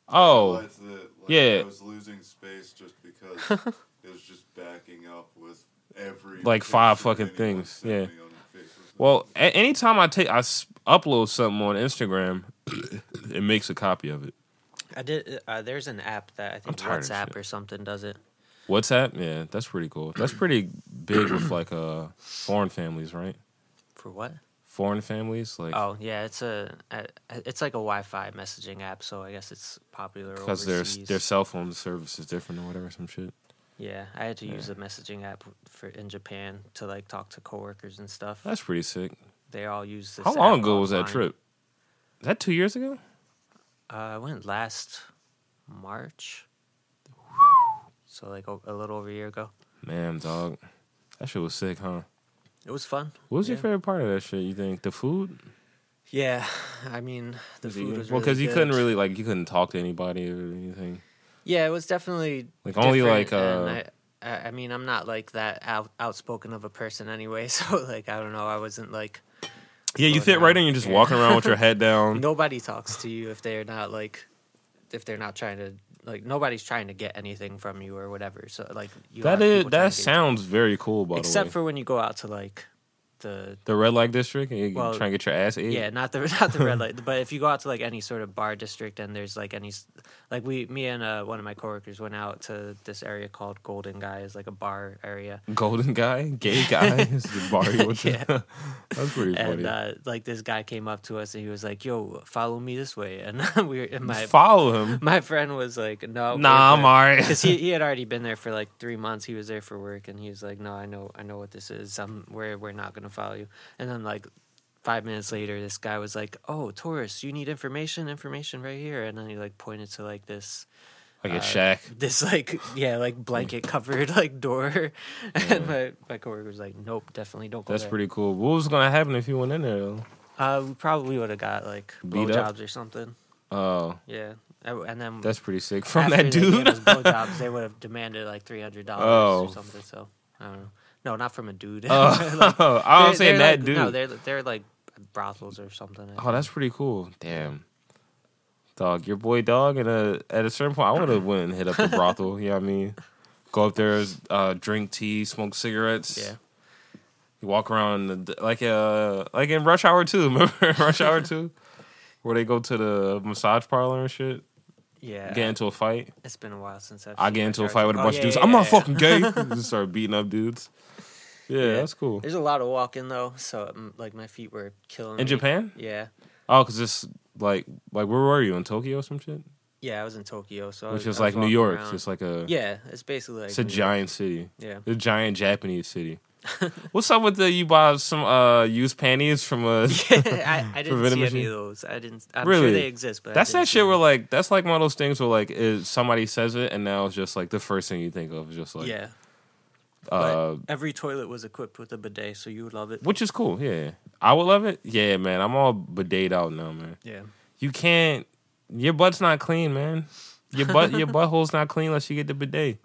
A: Oh,
C: Realized that, like,
A: yeah.
C: I was losing space just because it was just backing up with every
A: Like five
C: picture
A: fucking
C: anyone
A: things,
C: sent
A: yeah.
C: me on Facebook
A: well, a- anytime I take I s- upload something on Instagram, it makes a copy of it.
B: I did. Uh, there's an app that I think
A: tired of shit.
B: WhatsApp or something does it.
A: WhatsApp, yeah, that's pretty cool. That's pretty big with like uh foreign families, right?
B: For what?
A: Foreign families, like
B: Oh, yeah. It's a. uh, It's like a Wi-Fi messaging app. So I guess it's popular
A: because their
B: overseas.
A: their cell phone service is different or whatever, some shit.
B: Yeah, I had to use a messaging app for in Japan to like talk to coworkers and stuff.
A: That's pretty sick.
B: They all use this.
A: How long
B: app
A: ago was that
B: online.
A: trip? Is that two years ago?
B: Uh, I went last March, so like o- a little over a year ago.
A: Man, dog, that shit was sick, huh?
B: It was fun.
A: What was your
B: Yeah.
A: favorite part of that shit? You think the food?
B: Yeah, I mean the
A: Was it
B: food
A: good?
B: was
A: well,
B: because
A: you couldn't really like you couldn't talk to anybody or anything.
B: Yeah, it was definitely
A: Like, only, like,
B: different,
A: uh,
B: and I, I I mean, I'm not like that out, outspoken of a person anyway, so like I don't know, I wasn't like
A: Yeah, you
B: Going
A: fit right
B: out,
A: in. You're just
B: yeah.
A: walking around with your head down.
B: nobody talks to you if they're not like if they're not trying to like nobody's trying to get anything from you or whatever so like you
A: that
B: have
A: is
B: people trying
A: that
B: to get-
A: sounds very cool. By the way,
B: except for when you go out to like the
A: The red light district, and you
B: Well,
A: try and get your ass ate.
B: yeah, not the not the red light, but if you go out to like any sort of bar district and there's like any s- like we me and uh, one of my coworkers went out to this area called Golden Guys, like a bar area.
A: Golden guy, gay guy, is the bar you went to.
B: Yeah.
A: That's pretty funny.
B: And uh, like this guy came up to us and he was like, "Yo, follow me this way." And we were, and my
A: Follow him.
B: my friend was like, "No,
A: Nah, I'm alright.
B: Because he, he had already been there for like three months. He was there for work, and he was like, "No, I know, I know what this is. I'm we're we're not gonna follow you." And then like five minutes later, this guy was like, "Oh, tourist, you need information, information right here." And then he like pointed to like this
A: Like
B: uh,
A: a shack.
B: this like yeah like blanket covered like door, and my my coworker was like, "Nope, definitely don't go
A: That's
B: there."
A: pretty cool. What was gonna happen if you went in there? though?
B: Uh, we probably would have got like
A: Beat up?
B: blowjobs or something.
A: Oh,
B: Yeah, and and then
A: that's pretty sick from
B: after
A: that
B: they gave
A: dude.
B: us blowjobs, they would have demanded like three hundred dollars
A: Oh.
B: or something. So I don't know. No, not from a dude.
A: Oh,
B: Like,
A: I'm
B: they're-
A: saying that
B: they're like-
A: dude.
B: No, they're they're like brothels or something. I
A: Oh, that's pretty cool. Damn. Dog, your boy dog, and uh, at a certain point, I would have went and hit up the brothel. you know what I mean? Go up there, uh, drink tea, smoke cigarettes.
B: think. yeah.
A: You walk around the, like uh like in Rush Hour Two. Remember Rush Hour Two, where they go to the massage parlor and shit,
B: Yeah,
A: get into a fight.
B: it's been a while since I've
A: I
B: seen
A: get
B: my
A: into a
B: charger.
A: fight with a
B: Oh,
A: bunch
B: yeah,
A: of dudes.
B: yeah,
A: I'm
B: yeah,
A: not
B: yeah.
A: fucking gay. Just start beating up dudes. Yeah,
B: Yeah.
A: that's cool.
B: There's a lot of walking though, so um, like my feet were killing.
A: In
B: me.
A: Japan?
B: Yeah,
A: Oh, cause it's like like where were you in Tokyo or some shit?
B: yeah, I was in Tokyo, so Oh, I
A: Which
B: was,
A: is
B: I
A: like
B: was
A: New
B: walking
A: York.
B: around.
A: It's like a
B: yeah, it's basically like
A: it's a
B: New York.
A: giant city.
B: Yeah,
A: A giant Japanese city. What's up with the you bought some uh used panties from uh, a
B: I, I didn't
A: vending
B: see any
A: machine?
B: of those. I didn't. I'm sure
A: Really?
B: they exist, but I
A: That's
B: didn't
A: that
B: see
A: shit
B: them.
A: where like that's like one of those things where like is somebody says it and now it's just like the first thing you think of is just like
B: yeah.
A: uh
B: But every toilet was equipped with a bidet, so you would love it.
A: which is cool, yeah. I would love it. Yeah, man. I'm all bidet out now, man.
B: Yeah.
A: You can't your butt's not clean, man. Your butt your butthole's not clean unless you get the bidet.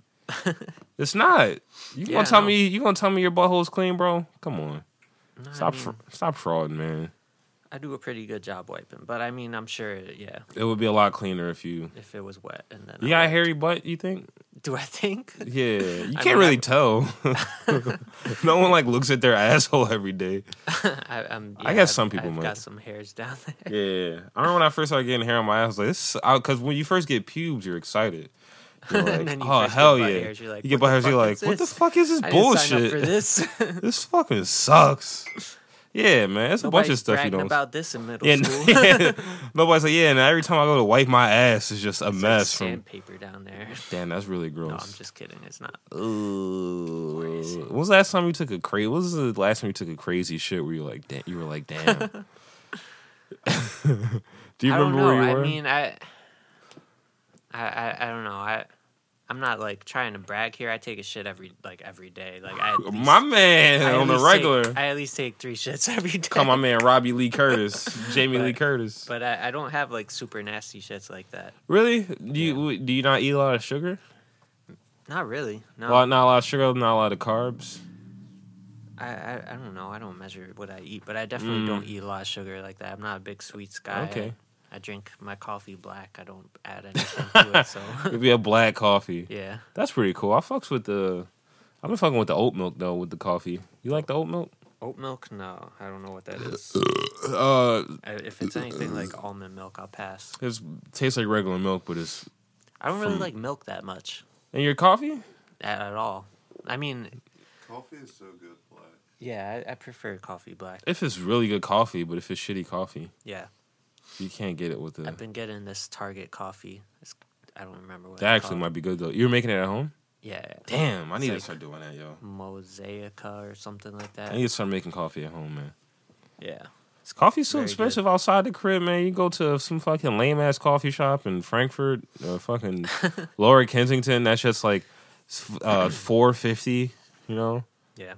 A: It's not. You
B: Yeah,
A: gonna tell
B: no.
A: me you gonna tell me your butthole's clean, bro? Come on.
B: No,
A: Stop
B: I,
A: fr-
B: mean,
A: stop frauding, man.
B: I do a pretty good job wiping, but I mean, I'm sure, yeah,
A: It would be a lot cleaner if you
B: if it was wet and then.
A: You
B: I
A: got a
B: wiped.
A: hairy butt, you think?
B: Do I think?
A: Yeah, you can't
B: mean,
A: really
B: I-
A: tell. no one like looks at their asshole every day.
B: I, I'm,
A: I
B: yeah,
A: guess
B: I've-
A: some people
B: I've
A: might.
B: got some hairs down there.
A: Yeah, I remember when I first started getting hair on my ass. Like, this, because when you first get pubes, you're excited. You're
B: And
A: like,
B: then you
A: oh
B: first get
A: hell yeah!
B: butt hairs, you're like,
A: you get butt
B: "What the
A: hairs, you're
B: fuck
A: like,
B: is
A: what the
B: this?"
A: fuck is this
B: I didn't
A: bullshit?
B: sign up for this.
A: this fucking sucks. Yeah, man, it's a bunch of
B: Nobody's
A: stuff you
B: bragging
A: don't.
B: about this in middle
A: yeah,
B: school.
A: yeah. nobody's like, yeah. And every time I go to wipe my ass, it's just a
B: It's like
A: mess. from
B: sandpaper down there.
A: damn, that's really gross.
B: No, I'm just kidding. It's not.
A: Ooh. When was the last time you took a crazy? What was the last time you took a crazy shit where you were like, damn, you were like, damn. Do you remember
B: I don't know.
A: where you were?
B: I mean, I, I, I, I don't know. I, I'm not like trying to brag here. I take a shit every like every day. Like I, at least,
A: my man
B: I at
A: on the
B: least take-
A: regular.
B: I at least take three shits every day.
A: Come my man Robbie Lee Curtis, Jamie Lee
B: But-
A: Curtis.
B: But I, I don't have like super nasty shits like that.
A: really? Do you w- do you not eat a lot of sugar?
B: Not really. No.
A: A lot, not a lot of sugar, not a lot of carbs.
B: I, I, I don't know. I don't measure what I eat, but I definitely
A: Mm.
B: don't eat a lot of sugar like that. I'm not a big sweets guy.
A: Okay.
B: I, drink my coffee black. I don't add anything to it. So
A: It'd be a black coffee.
B: yeah.
A: That's pretty cool. I fucks with the. I've been fucking with the oat milk though with the coffee. You like the oat milk?
B: Oat milk? No, I don't know what that is.
A: Uh,
B: I- if it's anything like almond milk, I'll pass.
A: it's tastes like regular milk, but it's
B: I don't really
A: from-
B: like milk that much
A: And your coffee?
B: at, at all. I mean,
C: Coffee is so good, black.
B: yeah, I, I prefer coffee black.
A: If it's really good coffee, but if it's shitty coffee,
B: Yeah,
A: you can't get it with the.
B: I've been getting this Target coffee. It's, I don't remember what.
A: That actually might be good though. You're making it at home?
B: Yeah,
A: Damn, I
B: It's
A: need to
B: like-
A: start doing that, yo.
B: Mosaica or something like that.
A: I need to start making coffee at home, man.
B: yeah, it's
A: Coffee's so
B: very good.
A: expensive outside the crib, man. You go to some fucking lame ass coffee shop in Frankfurt, uh, fucking Lower Kensington. That shit's like s- uh, four fifty. You know,
B: Yeah,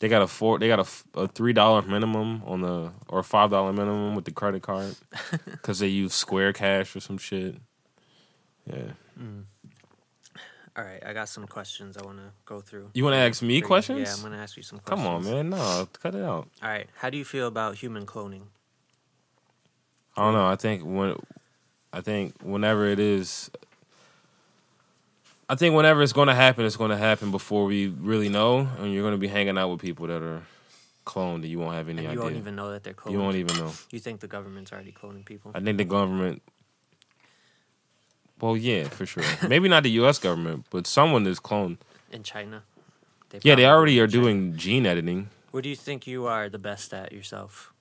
A: they got a four, they got a f- a, three dollar minimum on the or five dollar minimum with the credit card because they use Square Cash or some shit. Yeah.
B: all right. I got some questions I want to go through.
A: You want to ask me
B: For you.
A: questions?
B: Yeah, I'm gonna ask you some questions.
A: Come on, man. No, cut it out.
B: All right, how do you feel about human cloning?
A: I don't know. I think when, I think whenever it is, I think whenever it's going to happen, it's going to happen before we really know, and you're going to be hanging out with people that are cloned, and you won't have any
B: And you
A: idea.
B: won't even know that they're cloning.
A: you won't even know.
B: You think the government's already cloning people?
A: I think the government. Well, yeah, for sure. Maybe not the U.S. government, but someone is cloned.
B: In China? They
A: Yeah, they
B: probably
A: already
B: in
A: are
B: China.
A: doing gene editing.
B: What do you think you are the best at yourself?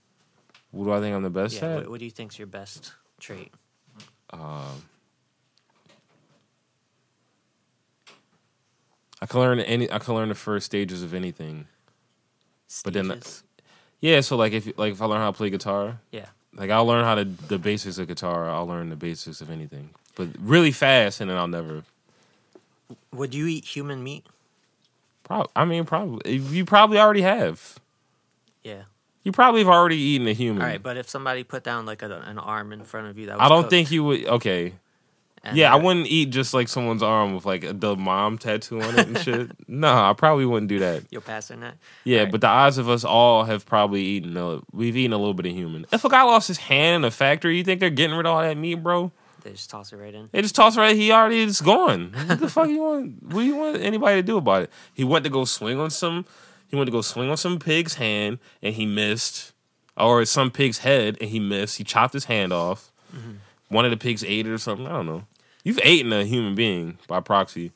A: What do I think I'm the best
B: yeah.
A: at?
B: What, what do you think's your best trait?
A: I can learn any. I can learn the first stages of anything. But then-
B: Stages?
A: Yeah, so like if like if I learn how to play guitar,
B: yeah.
A: like I'll learn how to the basics of guitar. I'll learn the basics of anything, but really fast, and then I'll never.
B: Would you eat human meat?
A: Prob- I mean, probably you probably already have.
B: Yeah.
A: You probably have already eaten a human.
B: All right, but if somebody put down like a, an arm in front of you, that was
A: Mm. I don't
B: cooked
A: think you would. Okay,
B: and
A: yeah, I
B: they're-
A: wouldn't eat just like someone's arm with like the mom tattoo on it and shit. No, I probably wouldn't do that.
B: You'll pass on that.
A: Yeah,
B: Right.
A: but the odds of us all have probably eaten a we've eaten a little bit of human. If a guy lost his hand in a factory, you think they're getting rid of all that meat, bro?
B: They just toss it right in.
A: They just toss right. He already is gone. What the fuck you want? What do you want anybody to do about it? He went to go swing on some. He went to go swing on some pig's hand and he missed, or some pig's head and he missed. He chopped his hand off.
B: Mm-hmm.
A: One of the pigs ate it or something. I don't know. You've eaten a human being by proxy.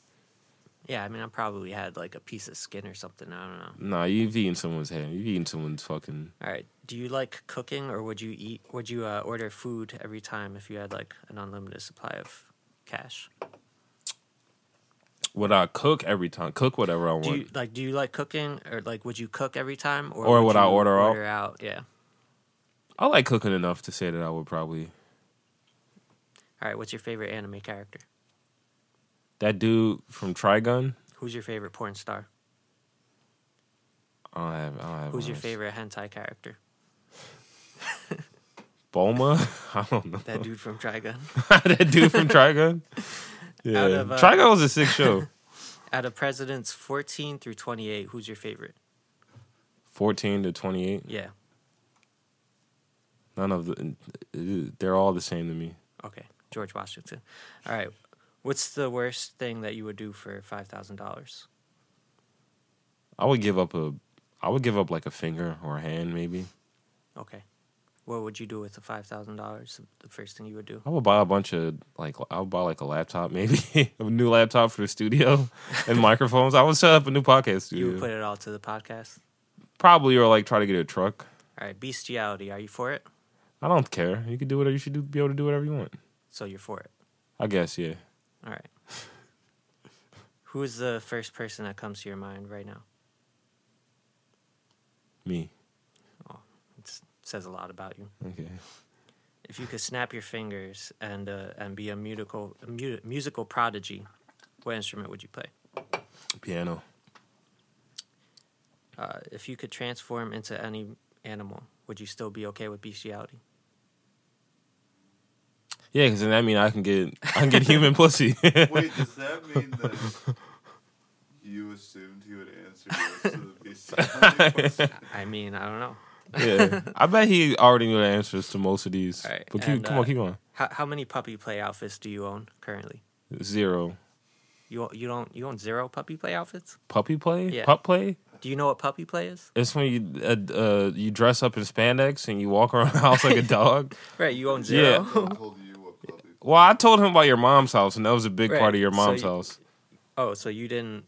B: Yeah, I mean, I probably had like a piece of skin or something. I don't know.
A: Nah, you've eaten someone's hand. You've eaten someone's fucking.
B: All right. Do you like cooking, or would you eat? Would you uh, order food every time if you had like an unlimited supply of cash?
A: Would I cook every time? Cook whatever I want.
B: Do you like? Do you like cooking, or like would you cook every time,
A: Or would I
B: you
A: order out?
B: order out? Yeah.
A: I like cooking enough to say that I would probably.
B: All right. What's your favorite anime character?
A: That dude from Trigun.
B: Who's your favorite porn star?
A: I don't have. I don't have
B: Who's your
A: much.
B: favorite hentai character?
A: Bulma. I don't know.
B: That dude from Trigun.
A: that dude from Trigun. Yeah,
B: Out of, uh,
A: Trigun was a sick show.
B: Out of presidents fourteen through twenty-eight, who's your favorite?
A: Fourteen to twenty-eight.
B: Yeah.
A: None of the. They're all the same to me.
B: Okay. George Washington. All right. What's the worst thing that you would do for five thousand dollars?
A: I would give up a. I would give up like a finger or a hand, maybe.
B: Okay. What would you do with the five thousand dollars? The first thing you would do.
A: I would buy a bunch of like. I would buy like a laptop, maybe a new laptop for the studio and microphones. I would set up a new podcast
B: You
A: studio,
B: would put it all to the podcast.
A: probably, or like try to get a truck.
B: All right, bestiality. Are you for it?
A: I don't care. You can do whatever you should do, be able to do whatever you want.
B: So you're for it.
A: I guess, yeah.
B: All right. Who is the first person that comes to your mind right now?
A: Me.
B: It says a lot about you.
A: Okay.
B: If you could snap your fingers and uh, and be a musical a mu- musical prodigy, what instrument would you play?
A: Piano.
B: Uh, if you could transform into any animal, would you still be okay with bestiality?
A: Yeah, because then that means I can get I can get human pussy.
C: Wait, does that mean that you assumed he would answer yes to the bestiality question?
B: I mean, I don't know.
A: yeah, I bet he already knew the answers to most of these.
B: All right,
A: But keep,
B: and,
A: come
B: uh,
A: on, keep on.
B: How how many puppy play outfits do you own currently?
A: Zero
B: You you don't you own zero puppy play outfits?
A: puppy play,
B: Yeah.
A: pup play.
B: Do you know what puppy play is?
A: It's when you uh, uh, you dress up in spandex and you walk around the house like a dog.
B: Right, you own
A: Yeah.
B: zero.
C: I told you what puppy.
A: Well, I told him about your mom's house, and that was a big
B: Right,
A: part of your
B: so
A: mom's
B: you-
A: house.
B: Oh, so you didn't?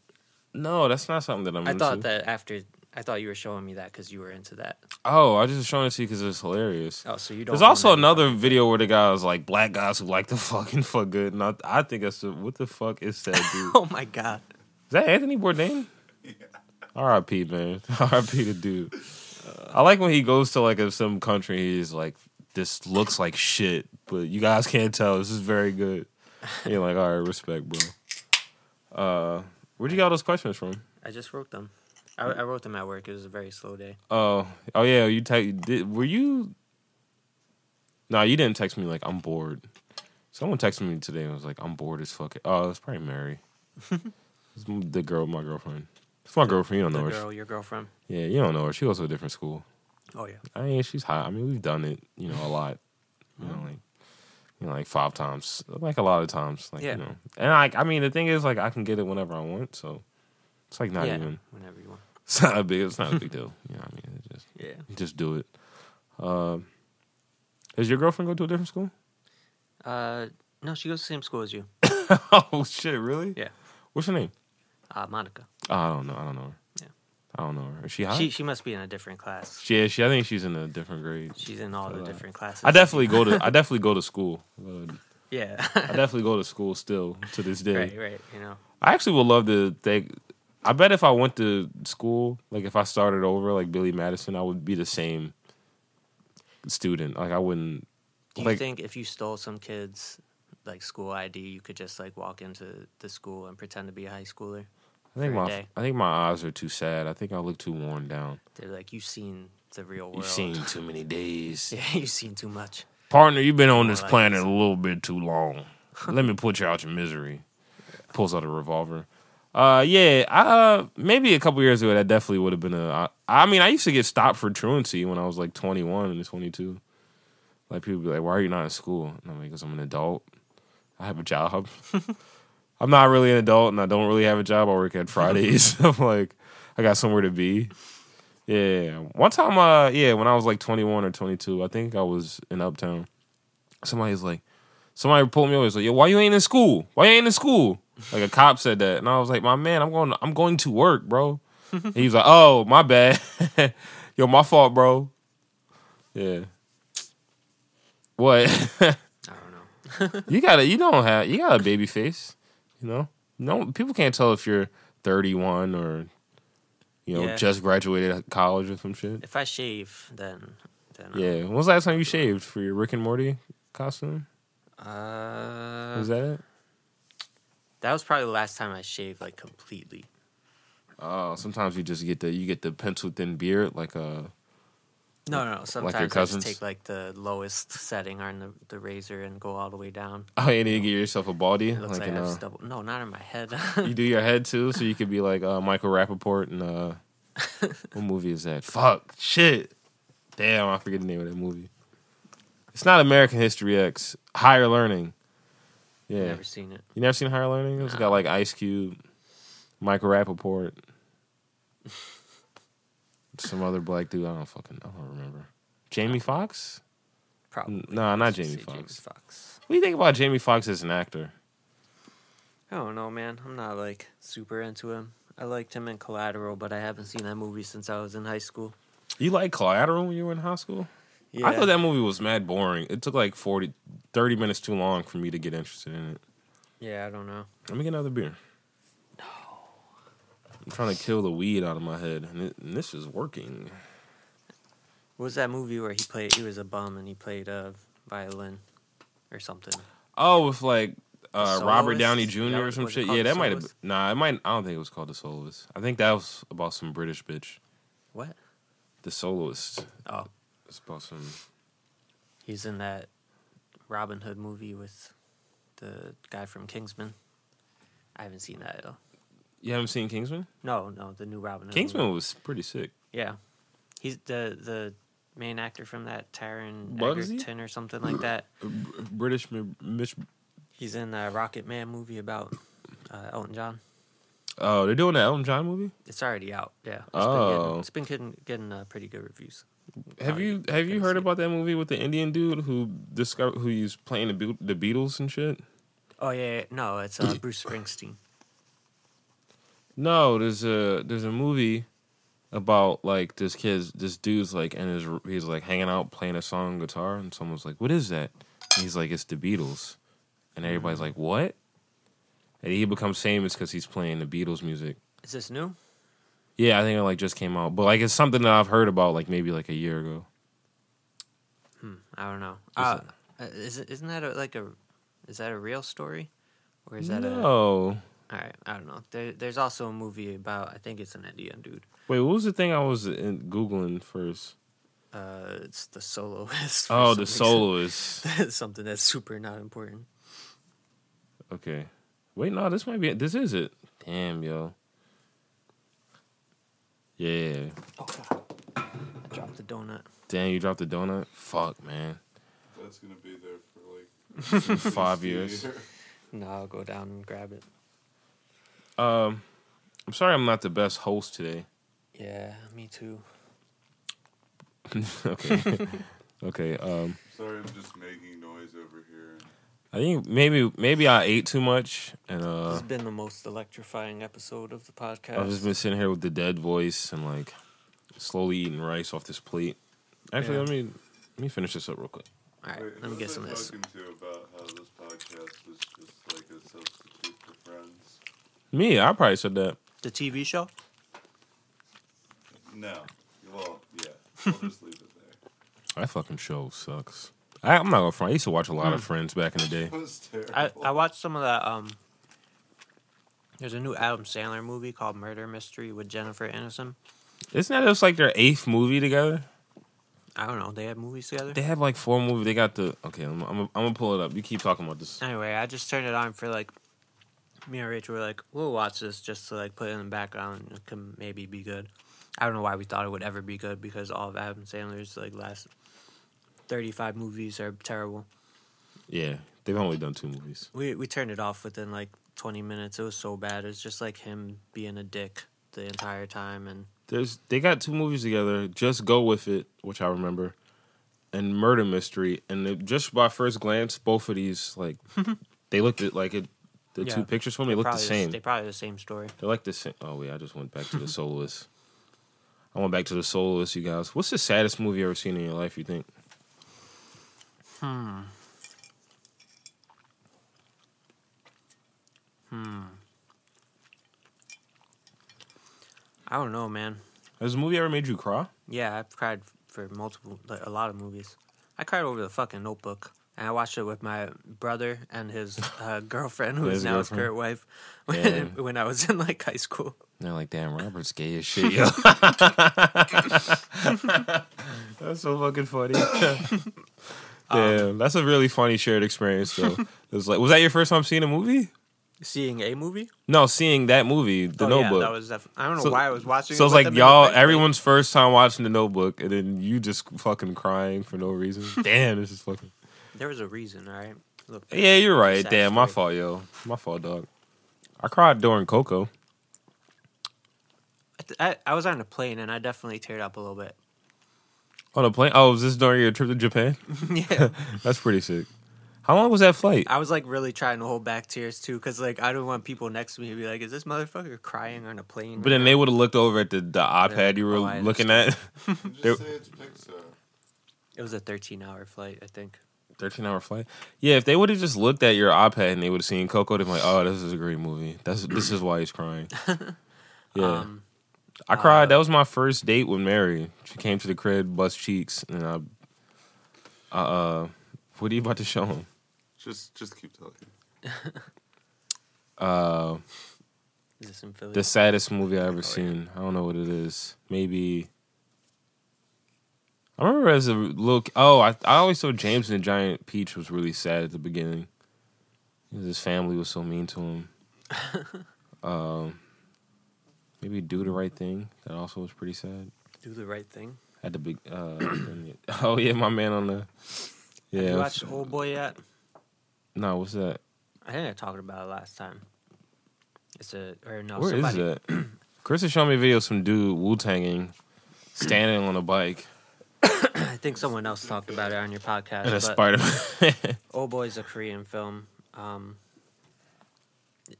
A: No, that's not something that I'm.
B: I thought
A: into.
B: that after. I thought you were showing me that because you were into that.
A: Oh, I just was showing it to you because it's hilarious.
B: Oh, so you don't.
A: There's
B: own
A: also
B: any
A: another video where the guy was like, "Black guys who like to fucking fuck good," and I, I think that's the- what the fuck is that dude?
B: puppy- Oh my god.
A: Is that Anthony Bourdain? R.I.P. man. R.I.P. the dude. I like when he goes to like a, some country. He's like, "This looks like shit, but you guys can't tell. This is very good." And you're like, "All right, respect, bro." Uh, where'd you get all those questions from?
B: I just wrote them. I, I wrote them at work. It was a very slow day.
A: Oh, oh yeah. You te- did, Were you? No, you didn't text me. Like, I'm bored. Someone texted me today and was like, "I'm bored as fuck." Oh, it's probably Mary. it's the girl, my girlfriend. It's my girlfriend. You don't
B: The
A: know her.
B: girl, your girlfriend.
A: Yeah, you don't know her. She goes to a different school.
B: Oh yeah.
A: I mean, she's hot. I mean, we've done it, you know, a lot. You know, like you know, like five times, like a lot of times, like
B: Yeah.
A: you know. And like, I mean, the thing is, like, I can get it whenever I want, so it's like not
B: yeah.
A: even.
B: Whenever you want.
A: It's not a big. It's not a big deal. You know, what I mean, it's just.
B: Yeah.
A: Just do it. Uh, does your girlfriend go to a different school?
B: Uh, no, she goes to the same school as you.
A: oh shit! Really?
B: Yeah.
A: What's her name?
B: Uh, Monica.
A: Oh, I don't know. I don't know her.
B: Yeah.
A: I don't know her. Is she hot?
B: She
A: She,
B: she must be in a different class.
A: yeah, she. I think she's in a different grade.
B: She's in all the
A: Uh,
B: different classes.
A: I definitely go to. I definitely go to school. Uh,
B: Yeah.
A: I definitely go to school still to this day.
B: right. Right. You know.
A: I actually would love to thank. I bet if I went to school, like if I started over, like Billy Madison, I would be the same student. Like I wouldn't.
B: Do you
A: like,
B: think if you stole some kids like school ID, you could just like walk into the school and pretend to be a high schooler?
A: I think
B: for a
A: my
B: day?
A: I think my eyes are too sad. I think I look too worn down.
B: They're like, you've seen the real world.
A: You've seen too many days,
B: yeah, you've seen too much.
A: partner. You've been on this
B: More like
A: planet
B: this.
A: a little bit too long. Let me put you out your misery. Pulls out a revolver. Uh, yeah. I, uh, maybe a couple years ago, that definitely would have been a. I, I mean, I used to get stopped for truancy when I was like twenty one and twenty two. Like people be like, "Why are you not in school?" And I'm like, "Cause I'm an adult. I have a job. I'm not really an adult, and I don't really have a job. I work at Fridays. I'm like, I got somewhere to be." Yeah. One time, uh, yeah, when I was like 21 or 22, I think I was in Uptown. Somebody was like, somebody pulled me over. was like, "Yo, why you ain't in school? Why you ain't in school?" Like a cop said that, and I was like, "My man, I'm going, I'm going to work, bro." And he was like, "Oh, my bad. Yo, my fault, bro." Yeah. What?
B: I don't know.
A: you gotta you don't have you got a baby face you know no people can't tell if you're 31 or you know
B: Yeah.
A: just graduated college or some shit
B: If I shave, then then I'll-
A: yeah when was the last time you shaved for your rick and morty costume
B: Uh,
A: was
B: that-,
A: that it
B: was probably the last time I shaved like completely.
A: oh sometimes you just get the you get the pencil thin beard like uh
B: No, no. no. Sometimes I just
A: cousins?
B: take like the lowest setting on the, the razor and go all the way down.
A: oh you need to get yourself a baldy
B: It looks
A: like,
B: like,
A: in,
B: I have
A: uh,
B: stubble. No, not in my head.
A: you do your head too so you could be like uh michael rappaport and uh what movie is that fuck shit damn i forget the name of that movie it's not american history x higher learning yeah
B: Never seen it.
A: you never seen higher learning it's
B: Nah.
A: got like ice cube michael rappaport some other black dude i don't fucking i don't remember jamie Foxx?
B: Probably.
A: nah, not
B: I should
A: Jamie
B: say
A: Foxx.
B: Foxx.
A: what do you think about jamie Foxx as an actor
B: I don't know, man. I'm not like super into him. I liked him in Collateral, but I haven't seen that movie since I was in high school.
A: you like collateral when you were in high school
B: Yeah.
A: I thought that movie was mad boring. It took like 40, 30 minutes too long for me to get interested in it.
B: yeah, I don't know.
A: Let me get another beer. No. I'm trying to kill the weed out of my head, and, it, and this is working.
B: What was that movie where he played? He was a bum and he played a violin or something.
A: Oh, with like uh,
B: The
A: Robert
B: Soloist?
A: Downey
B: Is
A: Jr.
B: that
A: or
B: what-
A: some
B: was it
A: shit.
B: called,
A: Yeah,
B: The
A: that might have.
B: Soloist?
A: Nah, it might. I don't think it was called the soloist. I think that was about some British bitch.
B: What?
A: The soloist.
B: Oh,
A: It's about some.
B: he's in that Robin Hood movie with the guy from Kingsman. I haven't seen that at all.
A: You haven't seen Kingsman?
B: No, no, the new Robin Hood.
A: Kingsman
B: movie.
A: was pretty sick.
B: Yeah, he's the the main actor from that, Taron
A: Bugsy?
B: Egerton or something like that.
A: British mi- Mitch.
B: He's in the Rocket Man movie about uh, Elton John.
A: Oh, they're doing the Elton John movie.
B: It's already out. Yeah. It's been
A: Oh.
B: getting, it's been getting, getting uh, pretty good reviews.
A: Have
B: Oh,
A: you
B: you
A: have you
B: gotta
A: heard
B: see it.
A: about that movie with the Indian dude who discover who he's playing the, Beat- the Beatles and shit?
B: Oh yeah, yeah. no, it's uh, Bruce Springsteen.
A: No, there's a there's a movie about like this kid's this dude's like and his he's like hanging out playing a song on guitar and someone's like, "What is that?" And he's like, "It's the Beatles," and everybody's
B: Mm.
A: like, "What?" And he becomes famous because he's playing the Beatles music.
B: Is this new?
A: Yeah, I think it like just came out, but like it's something that I've heard about like maybe like a year ago.
B: I don't know. Uh, uh, is it- isn't that a, like a is that a real story or is that a all
A: no?
B: right? I don't know. There, there's also a movie about I think it's an Indian dude.
A: Wait, what was the thing I was in, googling first?
B: Uh, it's the soloist. for
A: Oh,
B: some
A: the
B: reason.
A: soloist.
B: That's something that's super not important.
A: Okay. Wait, no, this might be it. This is it. Damn, yo. Yeah.
B: Oh God! I dropped the donut.
A: Damn, you dropped the donut? Fuck, man.
C: That's gonna be there for like
A: Five
C: 60
A: years.
B: No, I'll go down and grab it.
A: Um, I'm sorry I'm not the best host today.
B: Yeah, me too.
A: okay. okay. Um,
C: Sorry, I'm just making noise over here.
A: I think maybe maybe I ate too much and uh,
B: it's been the most electrifying episode of the podcast.
A: I've just been sitting here with the dead voice and like slowly eating rice off this plate. Actually,
B: Yeah.
A: let me let me finish this up real quick.
B: All right,
C: Wait, who
B: let me
C: was
B: get
C: I
B: some of this.
C: talking to about how this podcast was just like a substitute for Friends?
A: Me, I probably said that.
B: The TV show?
C: No. Well, yeah. We'll just leave it there.
A: That fucking show sucks. I, I'm not gonna front. I used to watch a lot of Friends back in the day.
C: That was terrible.
B: I, I watched some of that. Um, there's a new Adam Sandler movie called Murder Mystery with Jennifer Aniston.
A: Isn't that just like their eighth movie together?
B: I don't know. They had movies together.
A: They have like four movies. They got the okay. I'm I'm, I'm gonna pull it up. You keep talking about this.
B: Anyway, I just turned it on for like me and Rachel were like, we'll watch this just to like put it in the background. It can maybe be good. I don't know why we thought it would ever be good because all of Adam Sandler's like last thirty five movies are terrible.
A: Yeah, they've only done two movies.
B: We we turned it off within like twenty minutes. It was so bad. It's just like him being a dick the entire time and
A: There's they got two movies together. Just go with it, which I remember, and Murder Mystery. And it, just by first glance, both of these like they looked at like it. The
B: Yeah.
A: two pictures from me looked the
B: probably
A: same.
B: they probably the same story.
A: They're like the same. Oh wait, I just went back to the soloist. I went back to the soloist, you guys. What's the saddest movie you ever seen in your life? You think?
B: I don't know, man.
A: Has a movie ever made you cry?
B: Yeah, I've cried for multiple, like, a lot of movies. I cried over the fucking Notebook, and I watched it with my brother and his uh, girlfriend, who
A: With
B: is
A: his
B: now his
A: girlfriend?
B: current wife,
A: Yeah.
B: when, when I was in like high school.
A: They're like, damn, Robert's gay as shit, yo. that's so fucking funny. damn, that's a really funny shared experience, though. it was like, was that your first time seeing a movie?
B: Seeing a movie,
A: No, seeing that movie, The
B: Oh, yeah,
A: Notebook.
B: that was def- I don't know
A: So-
B: why I was watching.
A: so
B: it
A: it's
B: with
A: like
B: them in the
A: y'all,
B: first place.
A: everyone's first time watching The Notebook, and then you just fucking crying for no reason. damn, this is fucking.
B: There was a reason, all right. Look,
A: Yeah, you're right.
B: Sad
A: Damn, my fault,
B: story.
A: yo. My fault, dog. I cried during Coco.
B: I, th- I, I was on a plane and I definitely teared up a little bit.
A: On a plane? Oh, was this during your trip to Japan?
B: yeah,
A: That's pretty sick. How long was that flight?
B: I was like really trying to hold back tears too, because like I don't want people next to me to be like, "Is this motherfucker crying on a plane?"
A: But then they would have looked over at the, the iPad you were
B: Oh, I
A: looking at.
C: just say it's Pixar.
B: it was a 13-hour flight, I think.
A: 13 hour flight. Yeah, if they would have just looked at your iPad and they would have seen Coco, they'd be like, oh, this is a great movie. That's This is why he's crying. Yeah.
B: Um,
A: I cried. that was my first date with Mary. She came to the crib, bust cheeks, and I. I, Uh, what are you about to show him?
C: Just, just keep talking.
A: Uh,
B: Is this in Philly?
A: the saddest movie
B: oh,
A: I ever seen. I don't know what it is. Maybe. I remember as a little. Oh, I I always thought James and the Giant Peach was really sad at the beginning. His family was so mean to him. um, maybe do the right thing. That also was pretty sad.
B: Do the right thing.
A: At the big. Uh, oh yeah, my man on the. Yeah.
B: you watched Old Boy yet?
A: no, what's that?
B: I think I talked about it last time. It's a or no.
A: Where is
B: somebody,
A: that? Chris is showing me a video of some dude wu tanging, standing on a bike,
B: I think someone else talked about it on your podcast.
A: and a
B: But
A: Spider Man.
B: Old Boy is a Korean film. Um,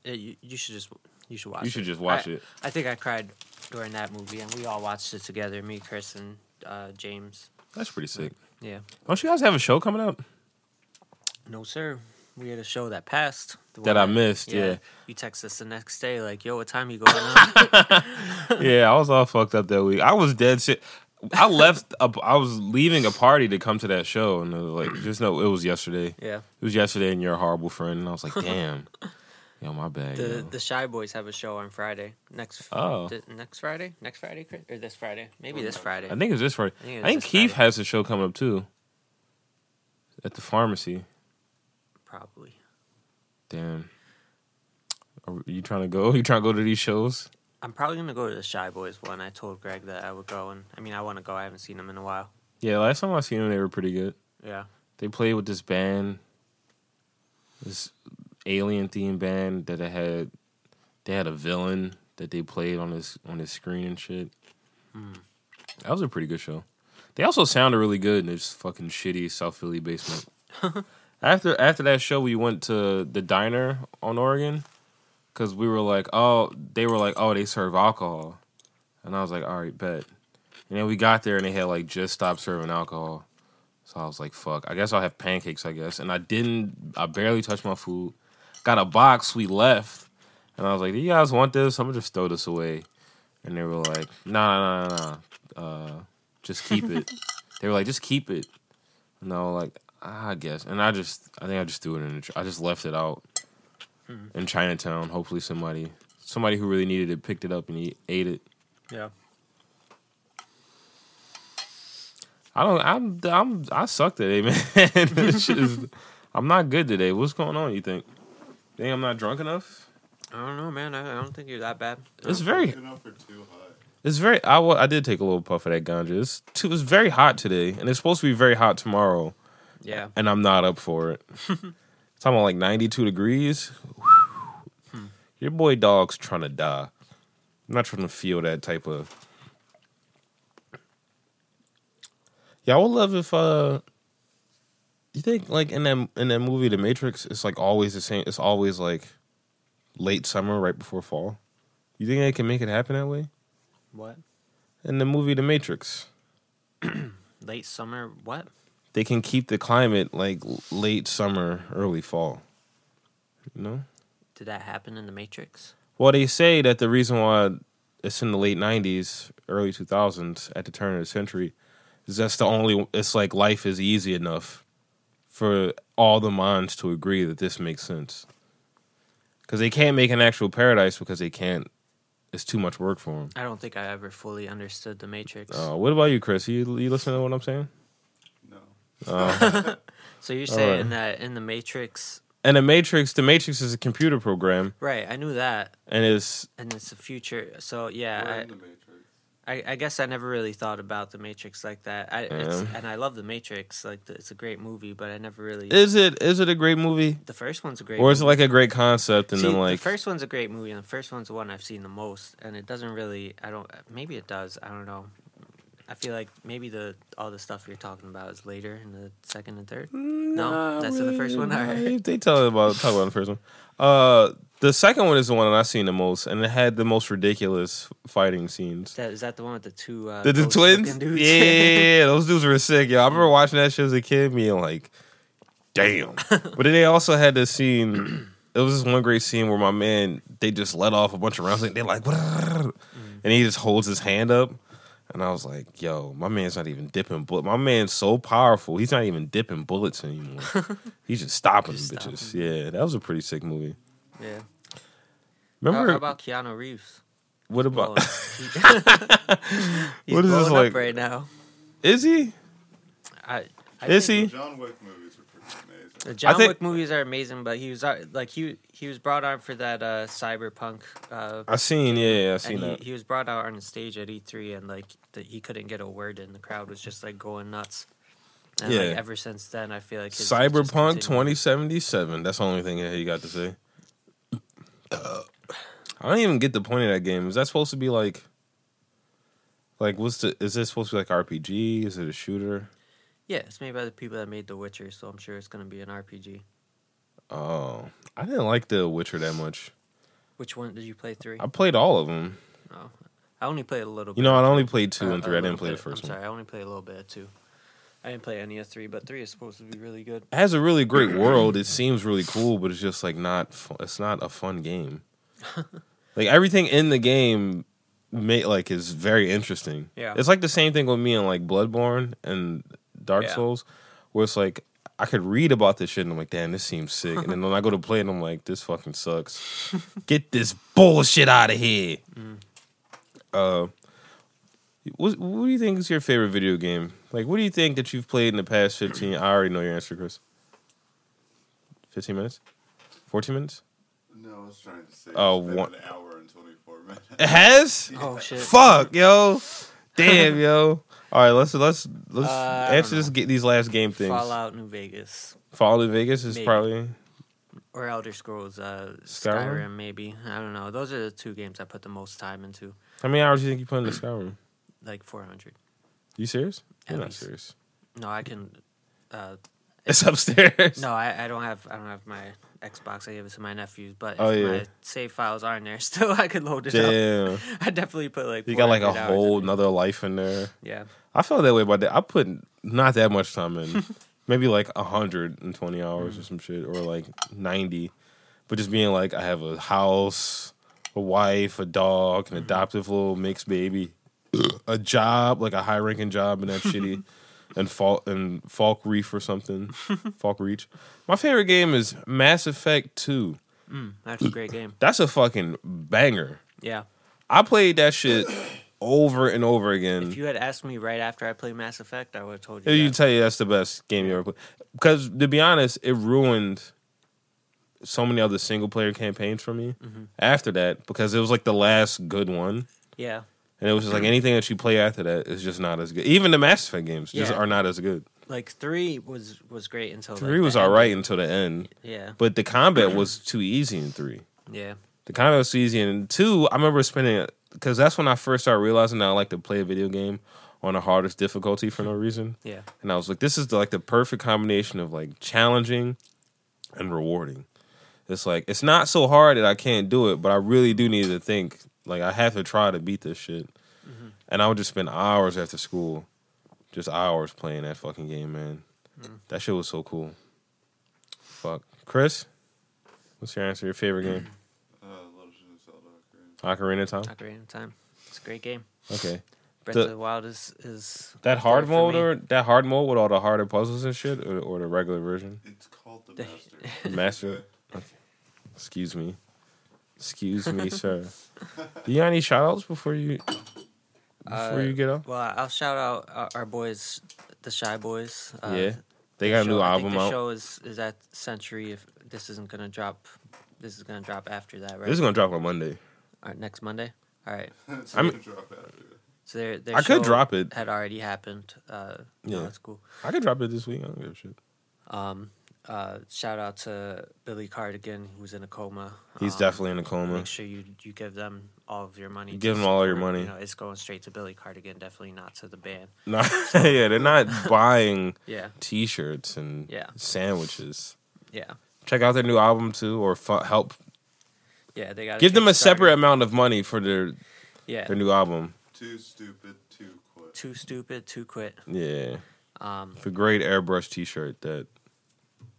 B: it- you, you should just you should watch.
A: You should just watch
B: I-
A: it.
B: I think I cried during that movie, and we all watched it together. Me, Chris, and uh, James.
A: That's pretty sick.
B: Yeah.
A: Don't you guys have a show coming up?
B: No, sir. We had a show that passed. the
A: That I
B: one
A: missed, yeah.
B: You text us the next day, like, yo, what time you going on?
A: yeah, I was all fucked up that week. I was dead shit. I left. A, I was leaving a party to come to that show, and it was like, just know it was yesterday. It
B: yeah.
A: was yesterday, and you're a horrible friend. And I was like, damn, yo, my bad.
B: The
A: yo.
B: the Shy Boys have a show on Friday next.
A: Oh.
B: th- next Friday, next Friday, Chris? or this Friday? Maybe this Friday.
A: I think it's this Friday. I
B: I think it
A: think,
B: was this
A: Keith
B: Friday.
A: has a show coming up too. At the pharmacy.
B: probably.
A: Damn. Are you trying to go? You trying to go to these shows?
B: I'm probably gonna go to the Shy Boys one. I told Greg that I would go, and I mean, I want to go. I haven't seen them in a while.
A: Yeah, last time I seen them, they were pretty good.
B: Yeah,
A: they played with this band, this alien themed band that they had. They had a villain that they played on this on his screen and shit. That was a pretty good show. They also sounded really good in this fucking shitty South Philly basement. after after that show, we went to the diner on Oregon because we were like, oh, they were like, oh, they serve alcohol, and I was like, all right, bet. And then we got there and they had like just stopped serving alcohol, so I was like, fuck, I guess I'll have pancakes, I guess. And I didn't, I barely touched my food. Got a box, we left, and I was like, do you guys want this? I'm gonna just throw this away. And they were like, nah, nah, nah, nah. Uh, just keep it. they were like, just keep it. And I was like, "Ah, I guess. And I just, I think I just threw it in. The tr- I just left it out in Chinatown. Hopefully, somebody, somebody who really needed it, picked it up and he ate it.
B: Yeah.
A: I don't. I'm. I'm. I suck today, man. It's just- I'm not good today. What's going on? You think? Think I'm not drunk enough?
B: I don't know, man. I, I don't think you're that bad. Um,
A: It's very.
C: Fucking up or too high.
A: It's very. I, wa- I did take a little puff of that ganja. It's too, it was very hot today, and it's supposed to be very hot tomorrow.
B: Yeah.
A: and I'm not up for it. it's about like 92 degrees. Your boy dog's trying to die. I'm not trying to feel that type of. Yeah, I would love if uh, you think like in that in that movie The Matrix, it's like always the same. It's always like late summer, right before fall. You think they can make it happen that way
B: What?
A: in the movie The Matrix?
B: Late summer? What?
A: They can keep the climate like l- late summer, early fall. You know.
B: Did that happen in the Matrix?
A: Well, they say that the reason why it's in the late '90s, early 2000s, at the turn of the century, is that's the only. It's like life is easy enough for all the minds to agree that this makes sense. Because they can't make an actual paradise because they can't. It's too much work for them.
B: I don't think I ever fully understood the Matrix.
A: Uh, what about you, Chris? You you listening to what I'm saying?
C: No.
B: so you're saying
A: right.
B: that in the Matrix,
A: And the Matrix, the Matrix is a computer program,
B: right? I knew that,
A: and it's
B: and it's the future. So
C: We're
B: yeah,
C: in the Matrix.
B: I, I, I guess I never really thought about the Matrix like that. I it's,
A: Yeah.
B: and I love the Matrix. Like it's a great movie, but I never really.
A: is it is it a great movie
B: the first one's a great.
A: or is it
B: movie.
A: like a great concept and
B: See,
A: then like
B: the first one's a great movie, and the first one's the one I've seen the most, and it doesn't really. I don't. Maybe it does. I don't know. I feel like maybe the all the stuff you're talking about is later in the second and third.
A: Hmm.
B: No, that's in the first one. All right.
A: They tell about talk about the first one. Uh, the second one is the one that I seen the most, and it had the most ridiculous fighting scenes.
B: That, is that the one with the two? Uh,
A: The, the
B: ghost-looking
A: twins, yeah,
B: dudes?
A: yeah, yeah, yeah, those dudes were sick. Yeah, I remember watching that shit as a kid, being like, "Damn!" but then they also had this scene. It was this one great scene where my man they just let off a bunch of rounds. Like, they're like, and he just holds his hand up, and I was like, "Yo, my man's not even dipping bullet. My man's so powerful, he's not even dipping bullets anymore. he's just stopping
B: Just
A: them
B: stopping
A: bitches." Yeah, that was a pretty sick movie.
B: yeah. How,
A: Remember
B: how about Keanu Reeves?
A: what
B: Oh,
A: about
B: he- he's
A: What is this
B: blowing up
A: like?
B: right now?
A: is he?
B: I, I
A: Is
B: think-
A: he?
C: The John Wick movies are pretty amazing.
B: The John
A: think-
B: Wick movies are amazing, but he was uh, like he he was brought on for that uh, cyberpunk uh,
A: I seen yeah, yeah I seen
B: and he,
A: that.
B: he was brought out on stage at E3, and like the, he couldn't get a word in. The crowd was just like going nuts. And
A: Yeah.
B: like ever since then, I feel like his- it just
A: Cyberpunk
B: continued.
A: 2077. That's the only thing that he got to say. I don't even get the point of that game. Is that supposed to be like, like what's the? Is this supposed to be like RPG? Is it a shooter?
B: Yeah, it's made by the people that made The Witcher, so I'm sure it's gonna be an RPG.
A: Oh, I didn't like The Witcher that much.
B: Which one did you play? Three.
A: I played all of them.
B: Oh, I only played a little.
A: You
B: bit.
A: know, I only played two
B: Uh,
A: and
B: a
A: three. I
B: little
A: didn't play
B: bit.
A: the first
B: I'm
A: one.
B: sorry, I only played a little bit of two. I didn't play any of three, but three is supposed to be really good.
A: It has a really great world. It seems really cool, but it's just like not. Fun. It's not a fun game. like everything in the game, ma- like is very interesting.
B: Yeah.
A: it's like the same thing with me and like Bloodborne and Dark
B: Yeah.
A: Souls, where it's like I could read about this shit and I'm like, damn, this seems sick. and then when I go to play it, I'm like, this fucking sucks. Get this bullshit out of here.
B: Mm.
A: Uh, what, what do you think is your favorite video game? Like, what do you think that you've played in the past 15? I already know your answer, Chris. 15 minutes? 14 minutes?
C: No, I was trying to say.
A: Oh,
C: it's been
A: one-
C: an hour and twenty-four minutes. Uh,
A: It has?
B: Oh shit!
A: Fuck, yo. Damn, yo. All right, let's let's let's
B: Uh, I don't
A: answer this get these last game things. Fallout,
B: Fallout New Vegas
A: Vegas is
B: Maybe.
A: probably
B: or Elder Scrolls uh,
A: Skyrim?
B: Skyrim? maybe. I don't know. Those are the two games I put the most time into,
A: How many hours do you think you put into Skyrim?
B: like 400.
A: You serious? I'm
B: At
A: not
B: least.
A: serious.
B: No, I can. Uh,
A: It's upstairs.
B: no, I, I don't have. I don't have my Xbox. I gave it to my nephews. But if
A: Oh, yeah.
B: my save files are in there still, I could load it up.
A: Damn.
B: I definitely put like.
A: You got like a
B: 400 hours in
A: whole
B: there.
A: another life in there.
B: Yeah.
A: I felt that way about that. I put not that much time in, maybe like hundred and twenty hours
B: Mm.
A: or some shit, or like ninety. But just being like, I have a house, a wife, a dog,
B: Mm-hmm.
A: an adoptive little mixed baby, a job, like a high ranking job in that shitty, and Falk and Falk Reef or something, Falk Reach. My favorite game is Mass Effect Two.
B: That's a great game.
A: That's a fucking banger.
B: Yeah.
A: I played that shit over and over again.
B: If you had asked me right after I played Mass Effect, I would have told you.
A: You
B: that.
A: tell you that's the best game you ever played. Because to be honest, it ruined so many other single player campaigns for me
B: Mm-hmm.
A: after that because it was like the last good one.
B: yeah.
A: And it was just like anything that you play after that is just not as good. Even the Mass Effect games just
B: Yeah.
A: are not as good.
B: Like three was was great until like,
A: Three was
B: the
A: all
B: end.
A: right until the end,
B: Yeah.
A: but the combat was too easy in three.
B: Yeah.
A: The combat was too easy. And two, I remember spending, because that's when I first started realizing that I like to play a video game on the hardest difficulty for no reason.
B: Yeah.
A: and I was like, this is the, like the perfect combination of like challenging and rewarding. It's like it's not so hard that I can't do it, but I really do need to think like I have to try to beat this shit. And I would just spend hours after school, just hours playing that fucking game, man. That shit was so cool. Fuck, Chris, what's your answer? Your favorite game?
C: Uh, Legend of Zelda Ocarina.
A: Ocarina of Time.
B: Ocarina of Time. It's a great game.
A: Okay,
B: Breath
A: The-
B: of the Wild is is
A: that
B: up
A: hard
B: there for
A: mode
B: me.
A: or that hard mode with all the harder puzzles and shit, or, or the regular version?
C: It's called the
B: The-
C: Master.
A: Master. Okay. Excuse me. Excuse me, sir. Do you got any shout outs before you before
B: Uh,
A: you get off?
B: Well, I'll shout out our, our boys, the Shy Boys. Uh,
A: yeah. They
B: the
A: got a new
B: show- I think
A: album
B: the
A: out.
B: show is is at Century. If this isn't gonna drop, this is gonna drop after that, right?
A: This is gonna drop on Monday.
B: All right, next Monday. All right.
C: It's
A: I'm-
C: gonna drop after it.
B: So their, their
A: I could
B: show
A: drop it.
B: Had already happened. Uh, yeah,
A: Yeah.
B: that's cool.
A: I could drop it this week. I don't give a shit.
B: Um, uh, shout out to Billy Cardigan, who's in a coma.
A: He's
B: Um,
A: definitely in a coma.
B: Make sure you you give them all of your money.
A: Give
B: to
A: them all your
B: support,
A: money.
B: You know, it's going straight to Billy Cardigan, definitely not to the band.
A: No, yeah, they're not buying
B: Yeah,
A: t shirts and
B: Yeah.
A: sandwiches.
B: yeah,
A: Check out their new album too, or fu- help
B: yeah. They got
A: give them a separate amount of money for their
B: Yeah,
A: their new album.
C: Too stupid, too quick.
B: too stupid, too quit.
A: Yeah,
B: Um,
A: it's a great airbrush t shirt that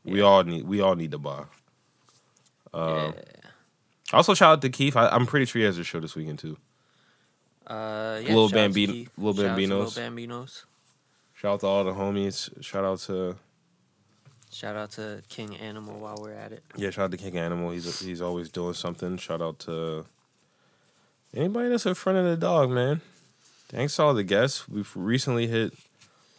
A: we all need. We all need to buy. Oh. Um, Also, shout out to Keith. I, I'm pretty sure he has a show this weekend too.
B: yeah. Uh, yeah,
A: Lil
B: shout out to
A: Bambi-
B: Keith.
A: Lil
B: Shout out to
A: Bambinos.
B: Lil Bambinos.
A: Shout out to all the homies. Shout out to
B: Shout out to King Animal while we're at it.
A: yeah. Shout out to King Animal. He's he's always doing something. Shout out to anybody that's in front of the dog, man. Thanks to all the guests. We've recently hit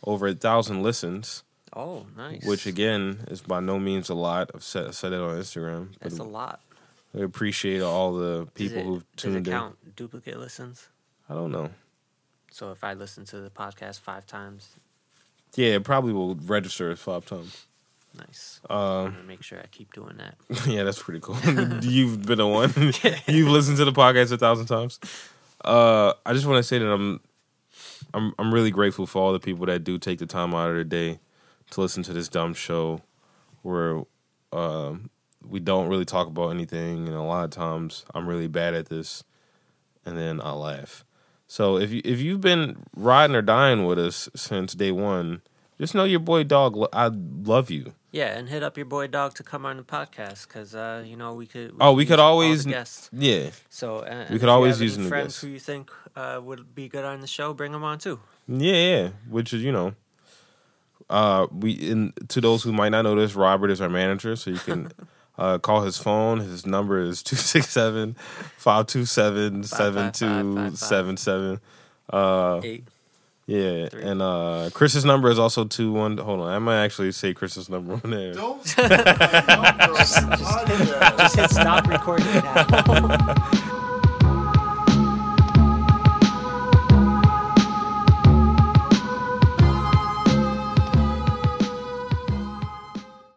A: over a thousand listens,
B: Oh, nice.
A: which again is by no means a lot. I've said, I said it on Instagram. But
B: that's a lot.
A: I appreciate all the
B: Does
A: people
B: it-
A: who've
B: does it
A: tuned in.
B: count duplicate listens?
A: I don't know.
B: So if I listen to the podcast five times,
A: Yeah, it probably will register as five times.
B: nice.
A: Um,
B: I'm gonna make sure I keep doing that.
A: Yeah, that's pretty cool. You've been a one. You've listened to the podcast a thousand times. Uh, I just want to say that I'm, I'm, I'm really grateful for all the people that do take the time out of their day to listen to this dumb show, where um, we don't really talk about anything, and a lot of times I'm really bad at this, and then I laugh. So if you if you've been riding or dying with us since day one, just know your boy dog. lo- I love you.
B: Yeah, and hit up your boy Dog to come on the podcast because uh, you know we could.
A: Oh, we could
B: use all the
A: always-
B: guests.
A: Yeah.
B: So uh, and, and
A: could
B: if you
A: always
B: have any
A: use new
B: friends
A: guests.
B: who you think uh, would be good on the show. Bring them on too.
A: Yeah, yeah. Which is, you know, uh, we in to those who might not know this, Robert is our manager, so you can uh, call his phone. His number is 267-527-7277. Uh,
B: Eight.
A: yeah,
B: Three.
A: and uh, Chris's number is also two one. Hold on, I might actually say Chris's number on there.
C: Don't. say my number on the podcast.
B: Just hit stop recording now.